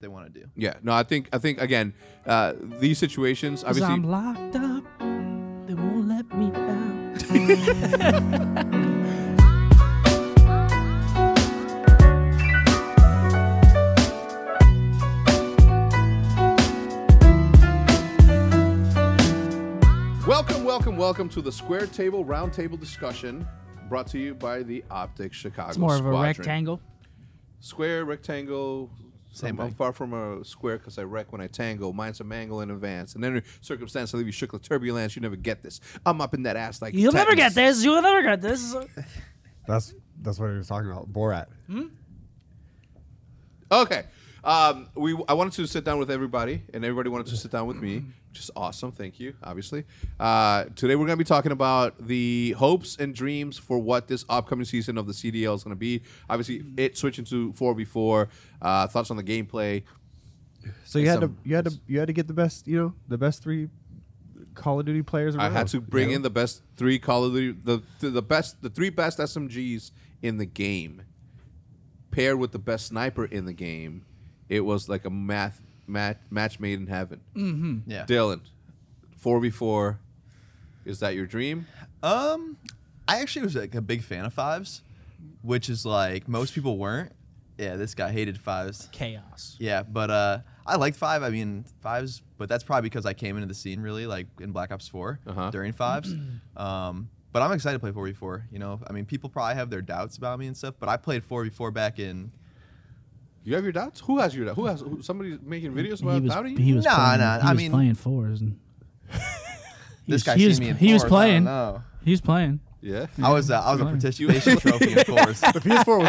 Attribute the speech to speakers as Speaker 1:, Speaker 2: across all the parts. Speaker 1: they want to do.
Speaker 2: Yeah, no, I think I think again, uh, these situations
Speaker 3: Cause
Speaker 2: obviously.
Speaker 3: I'm locked up. They won't let me out.
Speaker 2: Welcome, welcome, welcome to the Square Table Roundtable discussion, brought to you by the Optic Chicago.
Speaker 3: It's more of a
Speaker 2: Squadron.
Speaker 3: rectangle.
Speaker 2: Square, rectangle.
Speaker 1: Same
Speaker 2: I'm, I'm
Speaker 1: way.
Speaker 2: far from a square because I wreck when I tango. Mine's a mangle in advance, and then circumstance I leave you shook with turbulence. You never get this. I'm up in that ass like
Speaker 3: You'll never
Speaker 2: tetanus.
Speaker 3: get this. You'll never get this.
Speaker 4: That's that's what he was talking about. Borat.
Speaker 2: Hmm? Okay. Um, we I wanted to sit down with everybody, and everybody wanted to sit down with me, which is awesome. Thank you, obviously. Uh, today we're going to be talking about the hopes and dreams for what this upcoming season of the CDL is going to be. Obviously, it switching to four v four. Uh, thoughts on the gameplay?
Speaker 4: So you
Speaker 2: It's
Speaker 4: had to
Speaker 2: some-
Speaker 4: you had to you had to get the best you know the best three Call of Duty players.
Speaker 2: I
Speaker 4: Around.
Speaker 2: had to bring in the best three Call of Duty, the, the the best, the three best SMGs in the game, paired with the best sniper in the game. It was like a math, mat, match made in heaven.
Speaker 3: Mm.
Speaker 1: Yeah.
Speaker 2: Dylan, four v four, is that your dream?
Speaker 1: Um, I actually was like a big fan of fives, which is like most people weren't. Yeah, this guy hated fives.
Speaker 3: Chaos.
Speaker 1: Yeah, but uh, I liked five. I mean fives, but that's probably because I came into the scene really like in Black Ops 4
Speaker 2: Uh-huh.
Speaker 1: during fives. um, but I'm excited to play four v four. You know, I mean people probably have their doubts about me and stuff, but I played four v four back in.
Speaker 2: You have your doubts. Who has your doubts? Who has? Who, somebody's making videos about
Speaker 3: He was,
Speaker 2: doubting you.
Speaker 3: he was
Speaker 1: Nah,
Speaker 3: playing,
Speaker 1: nah,
Speaker 3: he
Speaker 1: I
Speaker 3: was
Speaker 1: mean-
Speaker 3: playing fours. And he
Speaker 1: This
Speaker 3: was,
Speaker 1: guy
Speaker 3: he
Speaker 1: seen
Speaker 3: was,
Speaker 1: me in
Speaker 3: he was
Speaker 1: fours. I don't
Speaker 3: playing.
Speaker 1: know.
Speaker 3: He was playing.
Speaker 2: Yeah.
Speaker 1: I was uh, I was a
Speaker 3: Fine.
Speaker 1: participation trophy in fours.
Speaker 4: PS4 was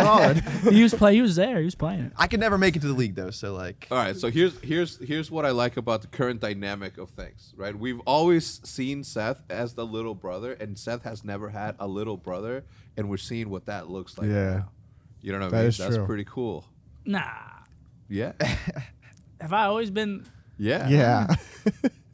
Speaker 4: on.
Speaker 3: He was play. He was there. He was playing it.
Speaker 1: I could never make it to the league though, so like
Speaker 2: All right, so here's here's here's what I like about the current dynamic of things, right? We've always seen Seth as the little brother, and Seth has never had a little brother, and we're seeing what that looks like.
Speaker 4: yeah.
Speaker 2: You know what I
Speaker 4: That
Speaker 2: mean?
Speaker 4: is
Speaker 2: That's
Speaker 4: true.
Speaker 2: pretty cool.
Speaker 3: Nah.
Speaker 2: Yeah.
Speaker 3: Have I always been?
Speaker 2: Yeah.
Speaker 4: Yeah.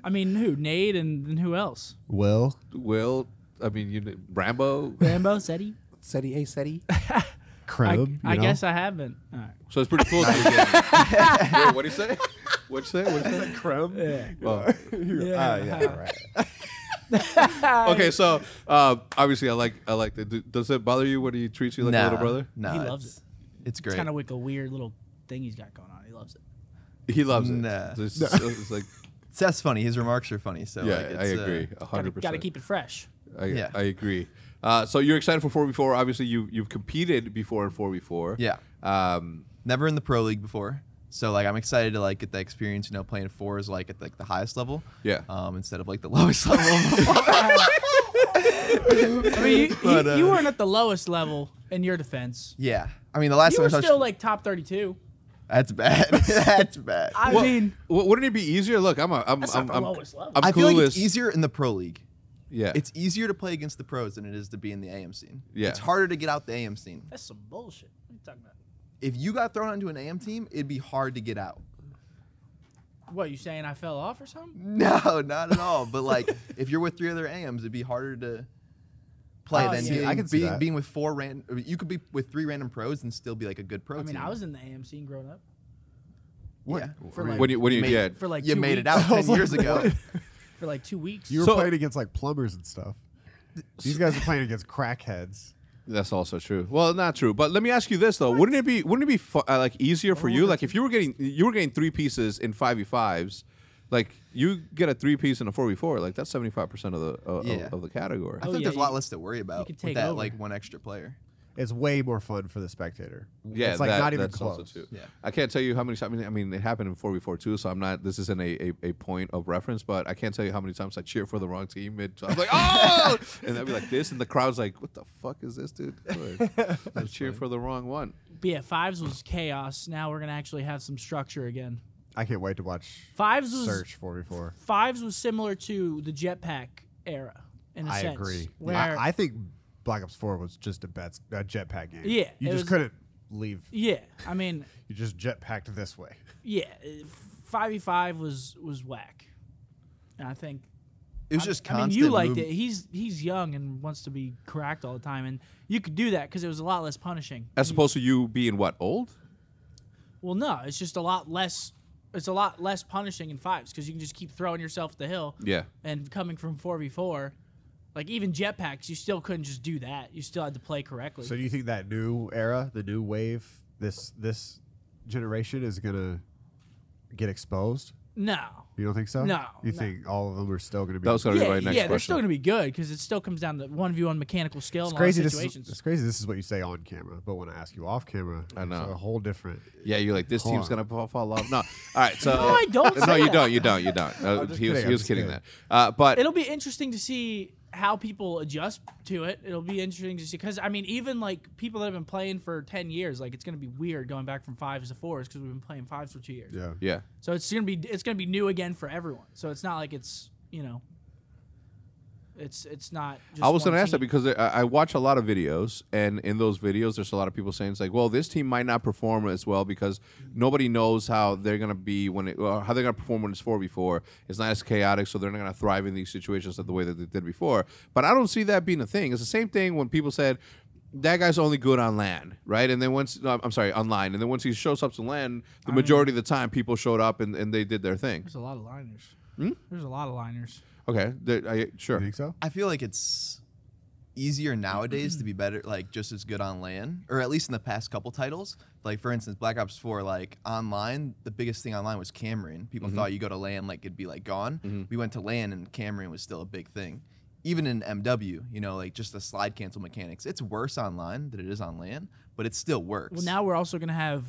Speaker 3: I mean, who? Nate and, and who else?
Speaker 4: Will.
Speaker 2: Will, I mean, you kn- Rambo.
Speaker 3: Rambo, Seti.
Speaker 2: Seti, hey, Seti.
Speaker 3: I,
Speaker 4: Crib.
Speaker 3: I guess I haven't. All right.
Speaker 2: So it's pretty cool. that you're getting- Wait, what'd he say? What'd you say? What'd you say?
Speaker 4: Crib.
Speaker 3: Yeah.
Speaker 2: Well,
Speaker 3: Yeah.
Speaker 1: uh,
Speaker 4: Oh, yeah. Right.
Speaker 2: okay, so uh, obviously I like I like that. Do- Does it bother you when he treats you like a little
Speaker 1: nah,
Speaker 2: brother?
Speaker 1: nah,
Speaker 3: He loves
Speaker 1: it's-
Speaker 3: it.
Speaker 1: It's
Speaker 3: It's
Speaker 1: great.
Speaker 3: kind of like a weird little thing he's got going on. He loves it.
Speaker 2: He loves it.
Speaker 1: Nah.
Speaker 2: It's, it's like
Speaker 1: Seth's funny. His remarks are funny. So
Speaker 2: yeah,
Speaker 1: like, it's,
Speaker 2: I agree,
Speaker 1: Uh,
Speaker 2: a
Speaker 3: Gotta,
Speaker 2: hundred percent.
Speaker 3: gotta keep it fresh.
Speaker 2: I,
Speaker 1: Yeah.
Speaker 2: I agree. Uh, so you're excited for four v four. Obviously, you you've competed before in four v four.
Speaker 1: yeah,
Speaker 2: Um,
Speaker 1: never in the pro league before, so like I'm excited to like get the experience. You know, playing fours like at like the highest level.
Speaker 2: Yeah.
Speaker 1: Um, instead of like the lowest level.
Speaker 3: I mean, you,
Speaker 1: But,
Speaker 3: you-
Speaker 1: uh,
Speaker 3: you weren't at the lowest level in your defense.
Speaker 1: yeah. I mean, the last
Speaker 3: You
Speaker 1: time
Speaker 3: were
Speaker 1: I touched.
Speaker 3: still like top 32.
Speaker 1: that's bad. that's bad. I,
Speaker 3: I
Speaker 2: well,
Speaker 3: mean,
Speaker 2: w- wouldn't it be easier? Look, I'm a I'm
Speaker 3: That's not
Speaker 2: I'm,
Speaker 3: the
Speaker 2: I'm,
Speaker 3: lowest level.
Speaker 2: I'm
Speaker 1: feel like
Speaker 2: coolest.
Speaker 1: it's easier in the pro league.
Speaker 2: Yeah,
Speaker 1: It's easier to play against the pros than it is to be in the AM scene.
Speaker 2: Yeah.
Speaker 1: It's harder to get out the AM scene.
Speaker 3: that's some bullshit. What are you talking about?
Speaker 1: If you got thrown onto an AM team, it'd be hard to get out.
Speaker 3: What, you saying I fell off or something?
Speaker 1: No, not at all. But like, if you're with three other AMs, it'd be harder to play
Speaker 3: I
Speaker 1: than
Speaker 3: see-
Speaker 1: being,
Speaker 4: I can Ah, see
Speaker 1: being,
Speaker 4: that.
Speaker 1: being with four random. You could be with three random pros and still be like a good pro.
Speaker 3: I mean,
Speaker 1: team.
Speaker 3: I was in the AM scene growing up.
Speaker 1: yeah.
Speaker 3: For like,
Speaker 2: What do you what do you
Speaker 1: Made-
Speaker 2: yeah?
Speaker 3: for like
Speaker 1: you
Speaker 3: two
Speaker 1: made
Speaker 3: weeks,
Speaker 1: it out ten years ago.
Speaker 3: For like two weeks.
Speaker 4: You were
Speaker 2: So-
Speaker 4: playing against like plumbers and stuff. These guys are playing against crackheads.
Speaker 2: That's also true. Well, not true. But let me ask you this though: Wouldn't it be wouldn't it be fu- uh, like easier for you? Like if you were getting you were getting three pieces in five v fives, like you get a three piece in a four v four. Like that's seventy five percent of the uh,
Speaker 1: Yeah.
Speaker 2: of, of the category.
Speaker 1: I
Speaker 3: Oh,
Speaker 1: think there's a
Speaker 3: yeah,
Speaker 1: lot
Speaker 3: you-
Speaker 1: less to worry about
Speaker 3: could
Speaker 1: with
Speaker 3: take
Speaker 1: that
Speaker 3: over.
Speaker 1: like one extra player.
Speaker 4: It's way more fun for the spectator.
Speaker 2: Yeah,
Speaker 4: it's like
Speaker 2: that-
Speaker 4: not even
Speaker 2: that's
Speaker 4: close.
Speaker 2: Also true.
Speaker 1: Yeah.
Speaker 2: I can't tell you how many times. I mean, I mean, it happened in four v four too, so I'm not. This isn't a, a, a point of reference, but I can't tell you how many times I cheer for the wrong team. Mid, I'm like, oh, and I'd be like this, and the crowd's like, what the fuck is this dude? doing?" I cheer for the wrong one.
Speaker 3: But yeah, Fives was chaos. Now we're going to actually have some structure again.
Speaker 4: I can't wait to watch
Speaker 3: Fives was
Speaker 4: Search 4v4.
Speaker 3: Fives was similar to the jetpack era in a
Speaker 4: I
Speaker 3: sense.
Speaker 4: agree.
Speaker 3: Where
Speaker 4: I, I think Black Ops 4 was just a, bet, a jetpack game.
Speaker 3: Yeah,
Speaker 4: You
Speaker 3: it
Speaker 4: just
Speaker 3: was-
Speaker 4: couldn't leave.
Speaker 3: yeah, I mean,
Speaker 4: You just jetpacked this way.
Speaker 3: yeah, five v five was was whack. And I think
Speaker 1: It was just
Speaker 3: I mean
Speaker 1: constant.
Speaker 3: you liked
Speaker 1: move-
Speaker 3: it. He's he's young and wants to be correct all the time, and you could do that because it was a lot less punishing.
Speaker 2: As opposed to you being what old?
Speaker 3: Well, no, it's just a lot less. It's a lot less punishing in fives because you can just keep throwing yourself the hill.
Speaker 2: Yeah.
Speaker 3: And coming from four v four, like even jetpacks, you still couldn't just do that. You still had to play correctly.
Speaker 4: So do you think that new era, the new wave, this this generation is gonna get exposed?
Speaker 3: no.
Speaker 4: You don't think so?
Speaker 3: No,
Speaker 4: You
Speaker 3: no.
Speaker 4: think all of them are still gonna be?
Speaker 2: That was gonna be
Speaker 3: Yeah,
Speaker 2: my next
Speaker 3: yeah, they're
Speaker 2: question.
Speaker 3: still gonna be good because it still comes down to one v one mechanical skill.
Speaker 4: it's
Speaker 3: and
Speaker 4: crazy.
Speaker 3: All those
Speaker 4: This is,
Speaker 3: situations.
Speaker 4: it's crazy. This is what you say on camera, but when I ask you off camera,
Speaker 2: I
Speaker 4: it's
Speaker 2: know.
Speaker 4: a whole different.
Speaker 2: yeah, you're like this
Speaker 4: Hold
Speaker 2: team's
Speaker 4: on.
Speaker 2: gonna fall, fall off. No, all right. So
Speaker 3: No, I don't
Speaker 2: No,
Speaker 3: say
Speaker 2: you
Speaker 3: that.
Speaker 2: don't. You don't. You don't. Uh,
Speaker 4: just
Speaker 2: he was,
Speaker 4: kidding,
Speaker 2: he
Speaker 4: I'm
Speaker 2: was
Speaker 4: just
Speaker 2: kidding
Speaker 4: kidding.
Speaker 2: that. Uh, but
Speaker 3: it'll be interesting to see how people adjust to it. It'll be interesting to see because I mean, even like people that have been playing for ten years, like it's gonna be weird going back from fives to fours because we've been playing fives for two years.
Speaker 4: Yeah.
Speaker 2: yeah,
Speaker 3: So it's gonna be it's gonna be new again for everyone. So it's not like it's you know, it's it's not. Just
Speaker 2: I was
Speaker 3: one
Speaker 2: going to ask that
Speaker 3: team.
Speaker 2: because I, I watch a lot of videos, and in those videos, there's a lot of people saying it's like, well, this team might not perform as well because nobody knows how they're going to be when it, or how they're going to perform when it's four before. It's not as chaotic, so they're not going to thrive in these situations the way that they did before. But I don't see that being a thing. It's the same thing when people said. That guy's only good on land, right? And then once, no, I'm sorry, online. And then once he shows up to land, the majority of the time people showed up and, and they did their thing.
Speaker 3: there's a lot of liners.
Speaker 2: Hmm?
Speaker 3: There's a lot of liners.
Speaker 2: Okay, there- I, sure.
Speaker 4: You think so?
Speaker 1: I feel like it's easier nowadays to be better, like just as good on land, or at least in the past couple titles. Like for instance, Black Ops Four, like online, the biggest thing online was Cameron. People thought you go to land, like it'd be like gone. We went to land, and Cameron was still a big thing. Even in MW, you know, like just the slide cancel mechanics, it's worse online than it is on land, but it still works.
Speaker 3: Well, now we're also gonna have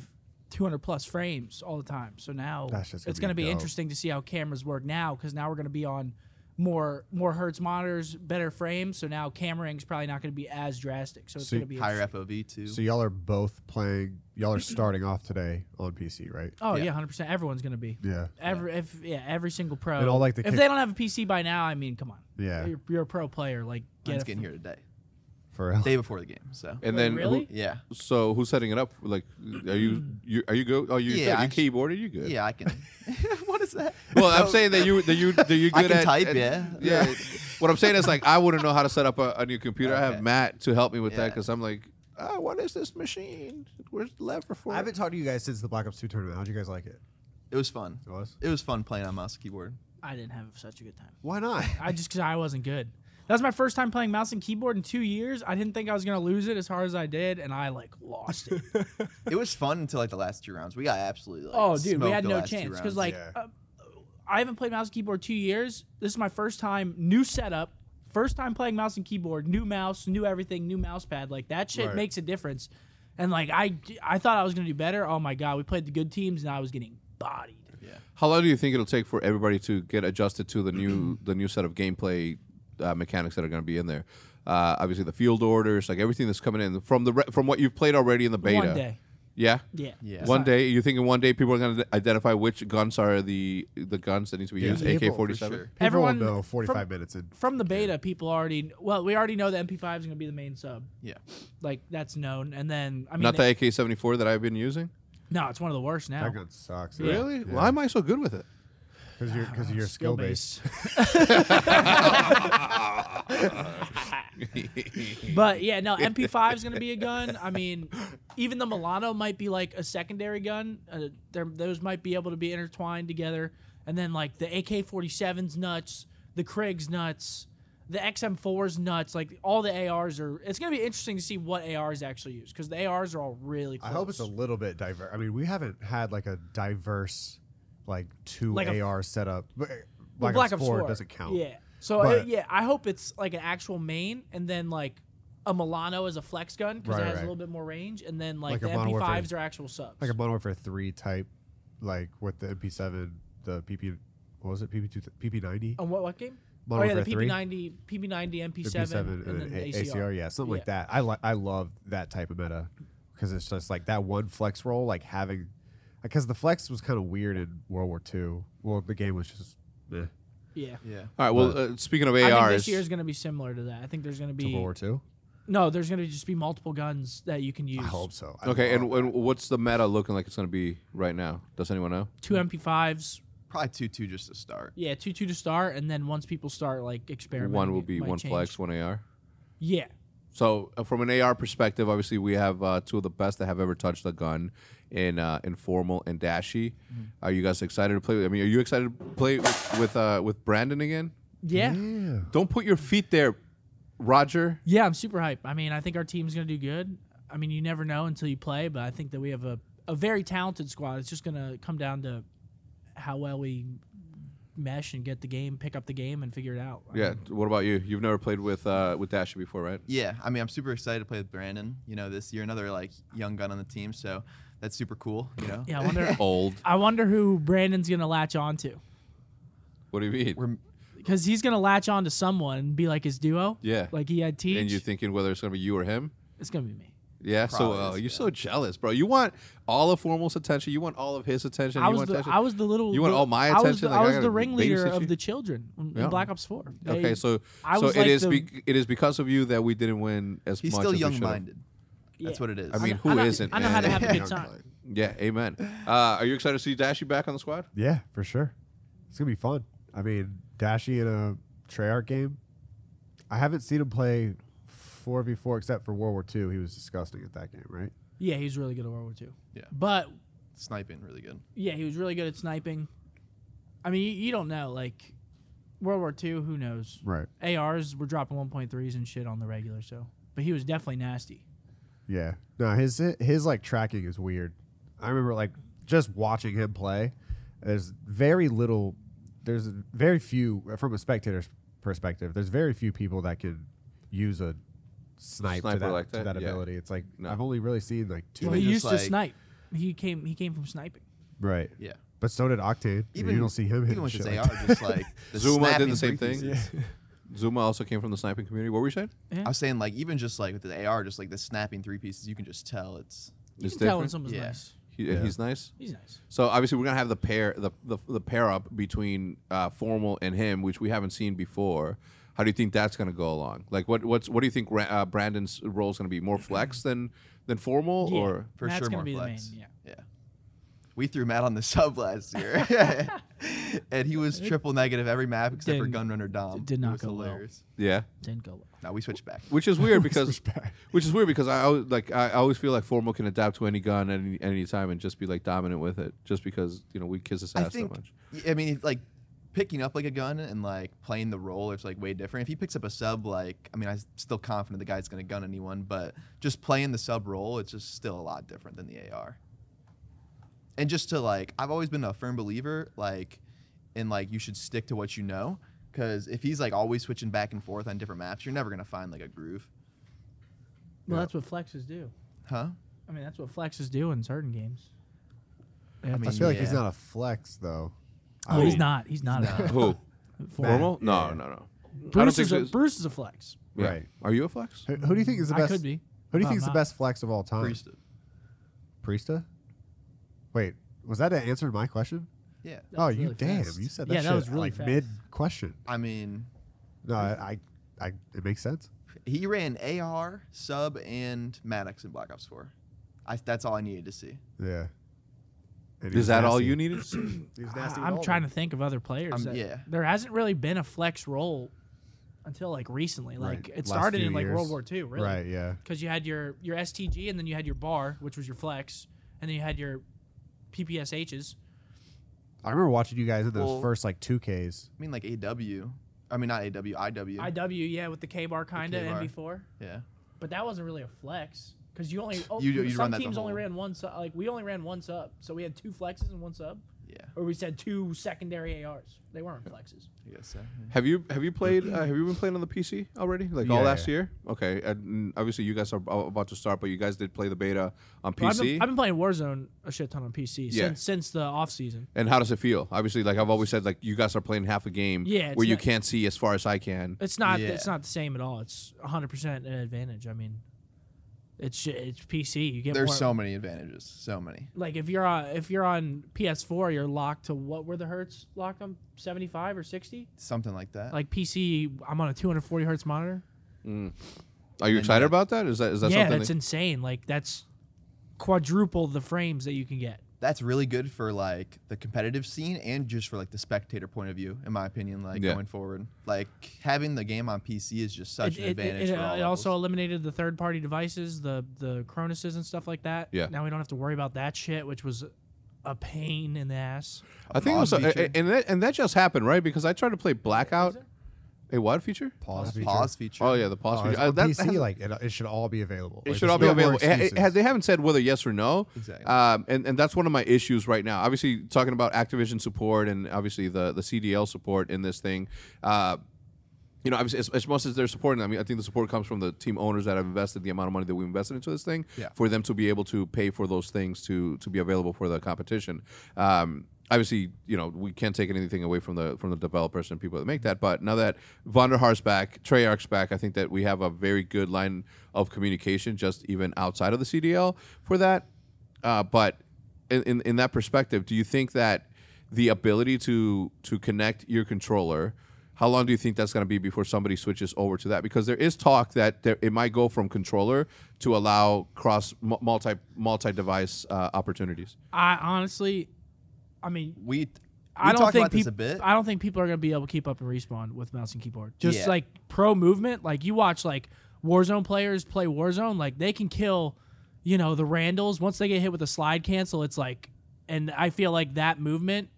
Speaker 3: 200 plus frames all the time. So now
Speaker 4: That's just gonna
Speaker 3: it's
Speaker 4: be
Speaker 3: gonna be,
Speaker 4: dope.
Speaker 3: interesting to see how cameras work now because now we're gonna be on more more hertz monitors, better frames. So now cameraing's probably not gonna be as drastic. So it's
Speaker 4: So you-
Speaker 3: gonna be
Speaker 1: higher
Speaker 3: interesting.
Speaker 1: FOV too.
Speaker 4: So y'all are both playing. Y'all are starting off today on PC, right?
Speaker 3: Oh
Speaker 1: Yeah.
Speaker 3: yeah, hundred percent. Everyone's gonna be.
Speaker 4: Yeah.
Speaker 3: Every if yeah, every single pro.
Speaker 4: And all, like, the
Speaker 3: if
Speaker 4: kick-
Speaker 3: they don't have a PC by now, I mean, come on.
Speaker 4: Yeah.
Speaker 3: you're, you're a pro player. Like
Speaker 1: Mine's
Speaker 3: get
Speaker 1: getting
Speaker 3: it.
Speaker 1: here today,
Speaker 4: For real.
Speaker 1: day before the game. So
Speaker 2: And
Speaker 3: Wait,
Speaker 2: then who-
Speaker 3: really?
Speaker 1: yeah,
Speaker 2: So who's setting it up? Like, are you you are you good? Oh, you
Speaker 1: Yeah,
Speaker 2: yeah,
Speaker 1: I
Speaker 2: you
Speaker 1: sh-
Speaker 2: keyboard? Are you good?
Speaker 1: yeah, I can. what is that?
Speaker 2: Well, I'm
Speaker 1: Oh,
Speaker 2: saying that you that you that you
Speaker 1: I
Speaker 2: good
Speaker 1: can
Speaker 2: at
Speaker 1: type,
Speaker 2: at-
Speaker 1: yeah.
Speaker 2: yeah. what I'm saying is like I wouldn't know how to set up a, a new computer. I have
Speaker 1: Okay.
Speaker 2: Matt to help me with that
Speaker 1: Yeah.
Speaker 2: because I'm like, oh, what is this machine? Where's the lever for?
Speaker 4: I
Speaker 2: it?"
Speaker 4: haven't talked to you guys since the Black Ops Two tournament. How'd you guys like it?
Speaker 1: It was fun.
Speaker 4: It was.
Speaker 1: It was fun playing on mouse and keyboard.
Speaker 3: I didn't have such a good time.
Speaker 4: Why not?
Speaker 3: I just because I wasn't good. That was my first time playing mouse and keyboard in two years. I didn't think I was gonna lose it as hard as I did, and I like lost it.
Speaker 1: It was fun until like the last two rounds. We got absolutely like,
Speaker 3: oh, dude, we
Speaker 1: smoked
Speaker 3: had
Speaker 1: the
Speaker 3: no
Speaker 1: last two
Speaker 3: chance because
Speaker 1: rounds.
Speaker 3: like
Speaker 4: yeah.
Speaker 3: uh, I haven't played mouse and keyboard two years. This is my first time, new setup, first time playing mouse and keyboard, new mouse, new everything, new mouse pad. Like that shit
Speaker 4: Right.
Speaker 3: makes a difference. And like I, I thought I was gonna do better. Oh my god, we played the good teams and I was getting bodied.
Speaker 2: how long do you think it'll take for everybody to get adjusted to the new the new set of gameplay uh, mechanics that are going to be in there? Uh, obviously, the field orders, like everything that's coming in from the re- from what you've played already in the beta.
Speaker 3: One day,
Speaker 2: Yeah.
Speaker 3: yeah,
Speaker 1: Yeah.
Speaker 3: It's
Speaker 2: one
Speaker 3: not-
Speaker 2: day, you think in one day people are going to identify which guns are the the guns that need to be
Speaker 4: Yeah.
Speaker 2: used?
Speaker 4: Yeah,
Speaker 2: AK
Speaker 4: for
Speaker 2: forty
Speaker 1: for
Speaker 2: seven.
Speaker 1: sure.
Speaker 4: People
Speaker 3: Everyone
Speaker 4: will know
Speaker 3: from-
Speaker 4: 45 minutes in.
Speaker 3: from the beta, people already well, we already know the MP5 is gonna be the main sub.
Speaker 1: Yeah.
Speaker 3: Like that's known. And then I mean,
Speaker 2: Not the AK seventy four that I've been using.
Speaker 3: no, it's one of the worst now.
Speaker 4: That gun sucks.
Speaker 2: Really? Why am I so good with it?
Speaker 4: Because you're because you're skill based.
Speaker 3: but yeah, no, MP5 is gonna be a gun. I mean, even the Milano might be like a secondary gun. Uh, there, those might be able to be intertwined together. And then like the AK-47's nuts, the Krig's nuts, the XM4's nuts. Like all the ARs are. It's gonna be interesting to see what ARs actually use because the ARs are all really.
Speaker 4: I
Speaker 3: Close.
Speaker 4: hope it's a little bit diverse. I mean, we haven't had like a diverse, like two
Speaker 3: Like a-
Speaker 4: AR setup. But, uh,
Speaker 3: Well,
Speaker 4: Black, Ops 4, doesn't count.
Speaker 3: Yeah. So uh,
Speaker 4: But-
Speaker 3: yeah, I hope it's like an actual main, and then like a Milano is a flex gun because
Speaker 4: Right,
Speaker 3: it has
Speaker 4: right.
Speaker 3: a little bit more range, and then like,
Speaker 4: Like a
Speaker 3: the
Speaker 4: Modern Warfare.
Speaker 3: MP5s are actual subs.
Speaker 4: Like a Modern Warfare 3 type, like with the MP7, the PP, what was it, PP2, PP90?
Speaker 3: On what what game?
Speaker 4: Modern
Speaker 3: oh yeah, the
Speaker 4: Warfare 3?
Speaker 3: PB90, PB90,
Speaker 4: The
Speaker 3: MP7, and, then
Speaker 4: uh, A-
Speaker 3: the ACR.
Speaker 4: yeah, something like
Speaker 3: Yeah.
Speaker 4: that. I, li- I love that type of meta because it's just like that one flex roll, like having, because the flex was kind of weird in World War II. Well, the game was just, eh,
Speaker 3: Yeah.
Speaker 1: Yeah.
Speaker 2: All right. Well, uh, speaking of
Speaker 3: I
Speaker 2: ARs,
Speaker 3: think this year is going to be similar to that. I think there's going to
Speaker 4: to
Speaker 3: be
Speaker 4: World War II.
Speaker 3: no. There's going to just be multiple guns that you can use.
Speaker 4: I hope so. I
Speaker 2: okay.
Speaker 4: love
Speaker 2: And, and what's the meta looking like? It's going to be right now. Does anyone know?
Speaker 3: Two MP5s.
Speaker 1: Probably two two just to start.
Speaker 3: Yeah, two two to start, and then once people start like experimenting,
Speaker 2: One will
Speaker 3: it
Speaker 2: be
Speaker 3: might
Speaker 2: one
Speaker 3: change.
Speaker 2: flex, one AR.
Speaker 3: Yeah.
Speaker 2: So uh, from an AR perspective, obviously we have uh, two of the best that have ever touched a gun in uh, Informal and Dashy.
Speaker 3: Mm-hmm.
Speaker 2: Are you guys excited to play? With, I mean, are you excited to play with with, uh, with Brandon again?
Speaker 3: Yeah.
Speaker 4: Yeah.
Speaker 2: Don't put your feet there, Roger.
Speaker 3: Yeah, I'm super hype. I mean, I think our team's going to do good. I mean, you never know until you play, but I think that we have a, a very talented squad. It's just going to come down to how well we mesh and get the game, pick up the game, and figure it out. I
Speaker 2: Yeah.
Speaker 3: mean,
Speaker 2: What about you? You've never played with uh, with Dashy before, right?
Speaker 1: Yeah, I mean, I'm super excited to play with Brandon. You know, this year another like young gun on the team, so that's super cool. You know,
Speaker 3: yeah, I wonder.
Speaker 2: Old.
Speaker 3: I wonder who Brandon's going to latch on to
Speaker 2: What do you mean?
Speaker 1: we're
Speaker 3: because he's going to latch on to someone and be like his duo.
Speaker 2: Yeah.
Speaker 3: like he had Teach.
Speaker 2: and you're thinking whether it's gonna be you or him?
Speaker 3: it's going to be me.
Speaker 2: Yeah. so uh,
Speaker 1: Probably is,
Speaker 2: you're so jealous, bro. You want all of Formal's attention. You want all of his attention.
Speaker 3: I
Speaker 2: you
Speaker 3: was
Speaker 2: want
Speaker 3: the
Speaker 2: attention.
Speaker 3: I was the little.
Speaker 2: You want
Speaker 3: the-
Speaker 2: all my
Speaker 3: I was
Speaker 2: attention?
Speaker 3: the,
Speaker 2: Like,
Speaker 3: I
Speaker 2: I
Speaker 3: was
Speaker 2: gotta
Speaker 3: the ringleader
Speaker 2: babysit
Speaker 3: of
Speaker 2: you?
Speaker 3: the children in
Speaker 2: Yeah.
Speaker 3: Black Ops Four.
Speaker 2: okay.
Speaker 3: They-
Speaker 2: So
Speaker 3: I
Speaker 2: so
Speaker 3: was
Speaker 2: it
Speaker 3: like
Speaker 2: is
Speaker 3: the-
Speaker 2: bec- it is because of you that we didn't win as
Speaker 1: he's
Speaker 2: much.
Speaker 1: still
Speaker 2: as we
Speaker 1: young
Speaker 2: should've.
Speaker 1: minded. That's
Speaker 3: Yeah.
Speaker 1: what it is.
Speaker 2: I mean,
Speaker 3: know-
Speaker 2: who
Speaker 3: know-
Speaker 2: isn't,
Speaker 3: I know how to
Speaker 2: man?
Speaker 3: have a good time.
Speaker 2: Yeah. Amen. Uh, are you excited to see Dashy back on the squad?
Speaker 4: Yeah, for sure. It's gonna be fun. I mean, Dashi in a Treyarch game. I haven't seen him play four v four except for World War II. He was disgusting at that game, right?
Speaker 3: Yeah, he was really good at World War Two.
Speaker 1: Yeah.
Speaker 3: But
Speaker 1: Sniping really good.
Speaker 3: yeah, he was really good at sniping. I mean, you, you don't know. Like World War Two, who knows?
Speaker 4: Right.
Speaker 3: ARs were dropping 1.3s and shit on the regular, so. But he was definitely nasty.
Speaker 4: Yeah. No, his his like tracking is weird. I remember like just watching him play. There's very little. There's very few from a spectator's perspective. There's very few people that could use a snipe
Speaker 2: Sniper
Speaker 4: to that,
Speaker 2: like
Speaker 4: to
Speaker 2: that,
Speaker 4: that
Speaker 2: yeah.
Speaker 4: ability. It's like
Speaker 2: No.
Speaker 4: I've only really seen like two.
Speaker 3: Well,
Speaker 1: mean
Speaker 3: he used
Speaker 1: just
Speaker 3: to
Speaker 1: like-
Speaker 3: snipe. He came. He came from sniping.
Speaker 4: Right.
Speaker 1: Yeah.
Speaker 4: But so did Octane. Even, you don't see him
Speaker 1: Even
Speaker 4: hitting
Speaker 1: with his
Speaker 4: shit.
Speaker 1: AR,
Speaker 4: like that.
Speaker 1: just like the
Speaker 2: Zuma did
Speaker 1: snapping
Speaker 2: the same thing.
Speaker 1: frequency.
Speaker 2: Zuma also came from the sniping community. What were you saying?
Speaker 1: I was saying like even just like with the AR, just like the snapping three pieces, you can just tell it's
Speaker 3: You
Speaker 2: It's
Speaker 3: can tell when
Speaker 2: different?
Speaker 3: someone's
Speaker 1: Yeah.
Speaker 3: nice.
Speaker 2: He, He's nice.
Speaker 3: He's nice.
Speaker 2: So obviously we're gonna have the pair the the, the pair up between uh, formal and him, which we haven't seen before. How do you think that's gonna go along? Like what what's what do you think Ra- uh, Brandon's role is gonna be? More flex than than formal
Speaker 3: Yeah.
Speaker 2: or
Speaker 1: for
Speaker 3: Matt's
Speaker 1: sure
Speaker 3: gonna
Speaker 1: more
Speaker 3: be the
Speaker 1: flex.
Speaker 3: main,
Speaker 1: yeah. We threw Matt on the sub last year, and he was triple negative every map except for
Speaker 3: Didn't-
Speaker 1: Gunrunner Dom. It
Speaker 3: did not
Speaker 1: was
Speaker 3: go well.
Speaker 2: yeah?
Speaker 3: Didn't go well.
Speaker 1: No, we switched back.
Speaker 2: Which is weird because
Speaker 4: back.
Speaker 2: which is weird because I always like I always feel like formal can adapt to any gun at any, any time and just be like dominant with it, just because you know we kiss his
Speaker 1: I
Speaker 2: ass
Speaker 1: think.
Speaker 2: so much.
Speaker 1: I mean, it's like picking up like a gun and like playing the role is like way different. If he picks up a sub, like I mean, I'm still confident the guy's gonna gun anyone, but just playing the sub role, it's just still a lot different than the AR. And just to like, I've always been a firm believer, like, in like you should stick to what you know, because if he's like always switching back and forth on different maps, you're never gonna find like a groove,
Speaker 3: Well, that's what flexes do.
Speaker 1: huh?
Speaker 3: I mean, that's what flexes do in certain games. I
Speaker 4: I feel like he's
Speaker 1: yeah.
Speaker 4: not a flex though.
Speaker 3: Oh, he's not. He's not. a
Speaker 2: Who formal? No,
Speaker 4: Yeah.
Speaker 2: no, no. I don't
Speaker 3: Bruce
Speaker 2: think
Speaker 3: is
Speaker 2: so.
Speaker 3: a Bruce is a flex.
Speaker 2: Yeah.
Speaker 4: Right.
Speaker 2: Are you a flex?
Speaker 4: Who, who do you think is the
Speaker 3: I
Speaker 4: best?
Speaker 3: could be.
Speaker 4: Who do you
Speaker 3: but
Speaker 4: think
Speaker 3: I'm
Speaker 4: is the
Speaker 3: not.
Speaker 4: best flex of all
Speaker 2: Uh,
Speaker 4: time?
Speaker 1: Priest.
Speaker 4: Priesta? Wait, was that an answer to my question?
Speaker 1: Yeah.
Speaker 3: That
Speaker 4: oh,
Speaker 3: was
Speaker 4: you
Speaker 3: really
Speaker 4: damn!
Speaker 3: fast.
Speaker 4: You said that.
Speaker 3: Yeah, that
Speaker 4: shit,
Speaker 3: was really
Speaker 4: like,
Speaker 3: fast.
Speaker 4: mid question.
Speaker 1: I mean,
Speaker 4: No, I, I, I, it makes sense.
Speaker 1: He ran AR, sub, and Maddox in Black Ops 4. I, that's all I needed to see.
Speaker 4: Yeah. And he
Speaker 2: Is
Speaker 4: was
Speaker 2: that all
Speaker 4: nasty.
Speaker 2: you needed? to see?
Speaker 4: He was nasty
Speaker 3: I-
Speaker 4: with all
Speaker 3: Ah, I'm
Speaker 4: of
Speaker 3: trying
Speaker 4: them.
Speaker 3: to think of other players.
Speaker 1: Um,
Speaker 3: that-
Speaker 1: yeah.
Speaker 3: There hasn't really been a flex role until like recently.
Speaker 4: Right.
Speaker 3: Like it
Speaker 4: Last
Speaker 3: started
Speaker 4: few
Speaker 3: in like World
Speaker 4: years.
Speaker 3: War II, really.
Speaker 4: Right. Yeah.
Speaker 3: Because you had your your STG and then you had your bar, which was your flex, and then you had your PPSHs.
Speaker 4: I remember watching you guys in those
Speaker 1: Well-
Speaker 4: first like two Ks.
Speaker 1: I mean, like AW. I mean, not AW, IW.
Speaker 3: IW, yeah, with the K bar kinda
Speaker 1: K-bar.
Speaker 3: and MB4.
Speaker 1: yeah.
Speaker 3: But that wasn't really a flex. Because you only oh,
Speaker 1: You- you
Speaker 3: some
Speaker 1: run that the
Speaker 3: teams only
Speaker 1: whole-
Speaker 3: ran one sub like we only ran one sub. So we had two flexes and one sub.
Speaker 1: Yeah.
Speaker 3: Or we said two secondary ARs. They weren't flexes.
Speaker 1: I guess so.
Speaker 2: Have you have you played uh, have you been playing on the PC already? Like all
Speaker 4: Yeah,
Speaker 2: last
Speaker 4: yeah.
Speaker 2: year? Okay, and obviously you guys are a- about to start, but you guys did play the beta on
Speaker 3: Well, I've
Speaker 2: PC.
Speaker 3: been, I've been playing Warzone a shit ton on PC
Speaker 2: Yeah.
Speaker 3: since since the off season.
Speaker 2: and how does it feel? Obviously, like I've always said, like you guys are playing half a game
Speaker 3: Yeah, it's
Speaker 2: where you
Speaker 3: not-
Speaker 2: can't see as far as I can.
Speaker 3: It's not
Speaker 1: Yeah.
Speaker 3: it's not the same at all. It's 100 percent an advantage. I mean, it's ju- it's PC. You get
Speaker 1: There's
Speaker 3: more,
Speaker 1: so many advantages. So many.
Speaker 3: like if you're on if you're on PS4, you're locked to what were the hertz locked on 75 or 60.
Speaker 1: Something like that.
Speaker 3: Like PC, I'm on a 240 hertz monitor.
Speaker 2: Are
Speaker 1: And
Speaker 2: you excited
Speaker 1: that-
Speaker 2: about that? Is that is that
Speaker 3: yeah,
Speaker 2: something?
Speaker 3: that's
Speaker 2: that-
Speaker 3: insane. Like that's quadruple the frames that you can get.
Speaker 1: that's really good for like the competitive scene and just for like the spectator point of view, in my opinion. Like
Speaker 2: Yeah.
Speaker 1: going forward, like having the game on PC is just such
Speaker 3: it,
Speaker 1: an
Speaker 3: it- it-
Speaker 1: advantage.
Speaker 3: it,
Speaker 1: for
Speaker 3: uh,
Speaker 1: all
Speaker 3: it also
Speaker 1: levels.
Speaker 3: eliminated the third party devices, the the Chronuses and stuff like that.
Speaker 2: Yeah.
Speaker 3: Now we don't have to worry about that shit, which was a pain in the ass.
Speaker 2: I think it was,
Speaker 1: Pause
Speaker 2: a-
Speaker 1: feature.
Speaker 2: and that, and that just happened, right? Because I tried to play Blackout. A what feature?
Speaker 4: Pause. feature.
Speaker 1: pause feature.
Speaker 2: Oh yeah, the pause
Speaker 4: Oh,
Speaker 2: feature.
Speaker 4: it's
Speaker 2: Uh,
Speaker 4: on
Speaker 2: that-
Speaker 4: PC,
Speaker 2: that-
Speaker 4: like it, it should all be available.
Speaker 2: It
Speaker 4: Like,
Speaker 2: should
Speaker 4: there's
Speaker 2: all be
Speaker 4: no more
Speaker 2: available. It- it-
Speaker 4: excuses.
Speaker 2: has- they haven't said whether yes or no.
Speaker 1: Exactly.
Speaker 2: Um, and, and that's one of my issues right now. Obviously, talking about Activision support and obviously the, the CDL support in this thing. Uh, you know, obviously, as, as much as they're supporting, I mean, I think the support comes from the team owners that have invested the amount of money that we invested into this thing
Speaker 1: Yeah.
Speaker 2: for them to be able to pay for those things to to be available for the competition. Um, obviously, you know, we can't take anything away from the from the developers and people that make that. But now that Vonderhaar's back, Treyarch's back, I think that we have a very good line of communication, just even outside of the CDL for that. Uh, but in, in in that perspective, do you think that the ability to to connect your controller how long do you think that's going to be before somebody switches over to that because there is talk that there, it might go from controller to allow cross mu- multi multi device uh, opportunities
Speaker 3: I honestly, I mean,
Speaker 1: we. we
Speaker 3: I don't
Speaker 1: talked
Speaker 3: think
Speaker 1: about this
Speaker 3: peop-
Speaker 1: a bit.
Speaker 3: I don't think people are gonna be able to keep up and respawn with mouse and keyboard. Just
Speaker 1: Yeah.
Speaker 3: like pro movement, like you watch like Warzone players play Warzone, like they can kill, you know, the Randalls once they get hit with a slide cancel. It's like, and I feel like that movement,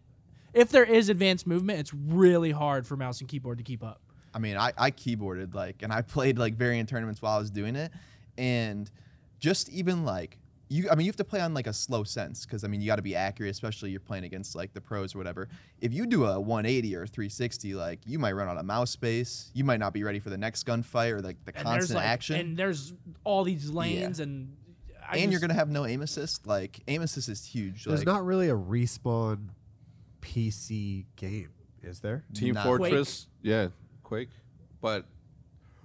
Speaker 3: if there is advanced movement, it's really hard for mouse and keyboard to keep up.
Speaker 1: I mean, I, I keyboarded like, and I played like variant tournaments while I was doing it, and just even like you, I mean, you have to play on like a slow sense because I mean, you got to be accurate, especially you're playing against like the pros or whatever. If you do a 180 or 360, like you might run out of mouse space, you might not be ready for the next gunfight or like the
Speaker 3: And there's
Speaker 1: constant
Speaker 3: like,
Speaker 1: action, and,
Speaker 3: and there's all these lanes, and I
Speaker 1: you're
Speaker 3: just-
Speaker 1: gonna have no aim assist. Like aim assist is huge.
Speaker 4: There's
Speaker 1: like,
Speaker 4: not really a respawn PC game, is there?
Speaker 2: team
Speaker 1: Nah.
Speaker 2: fortress yeah quake but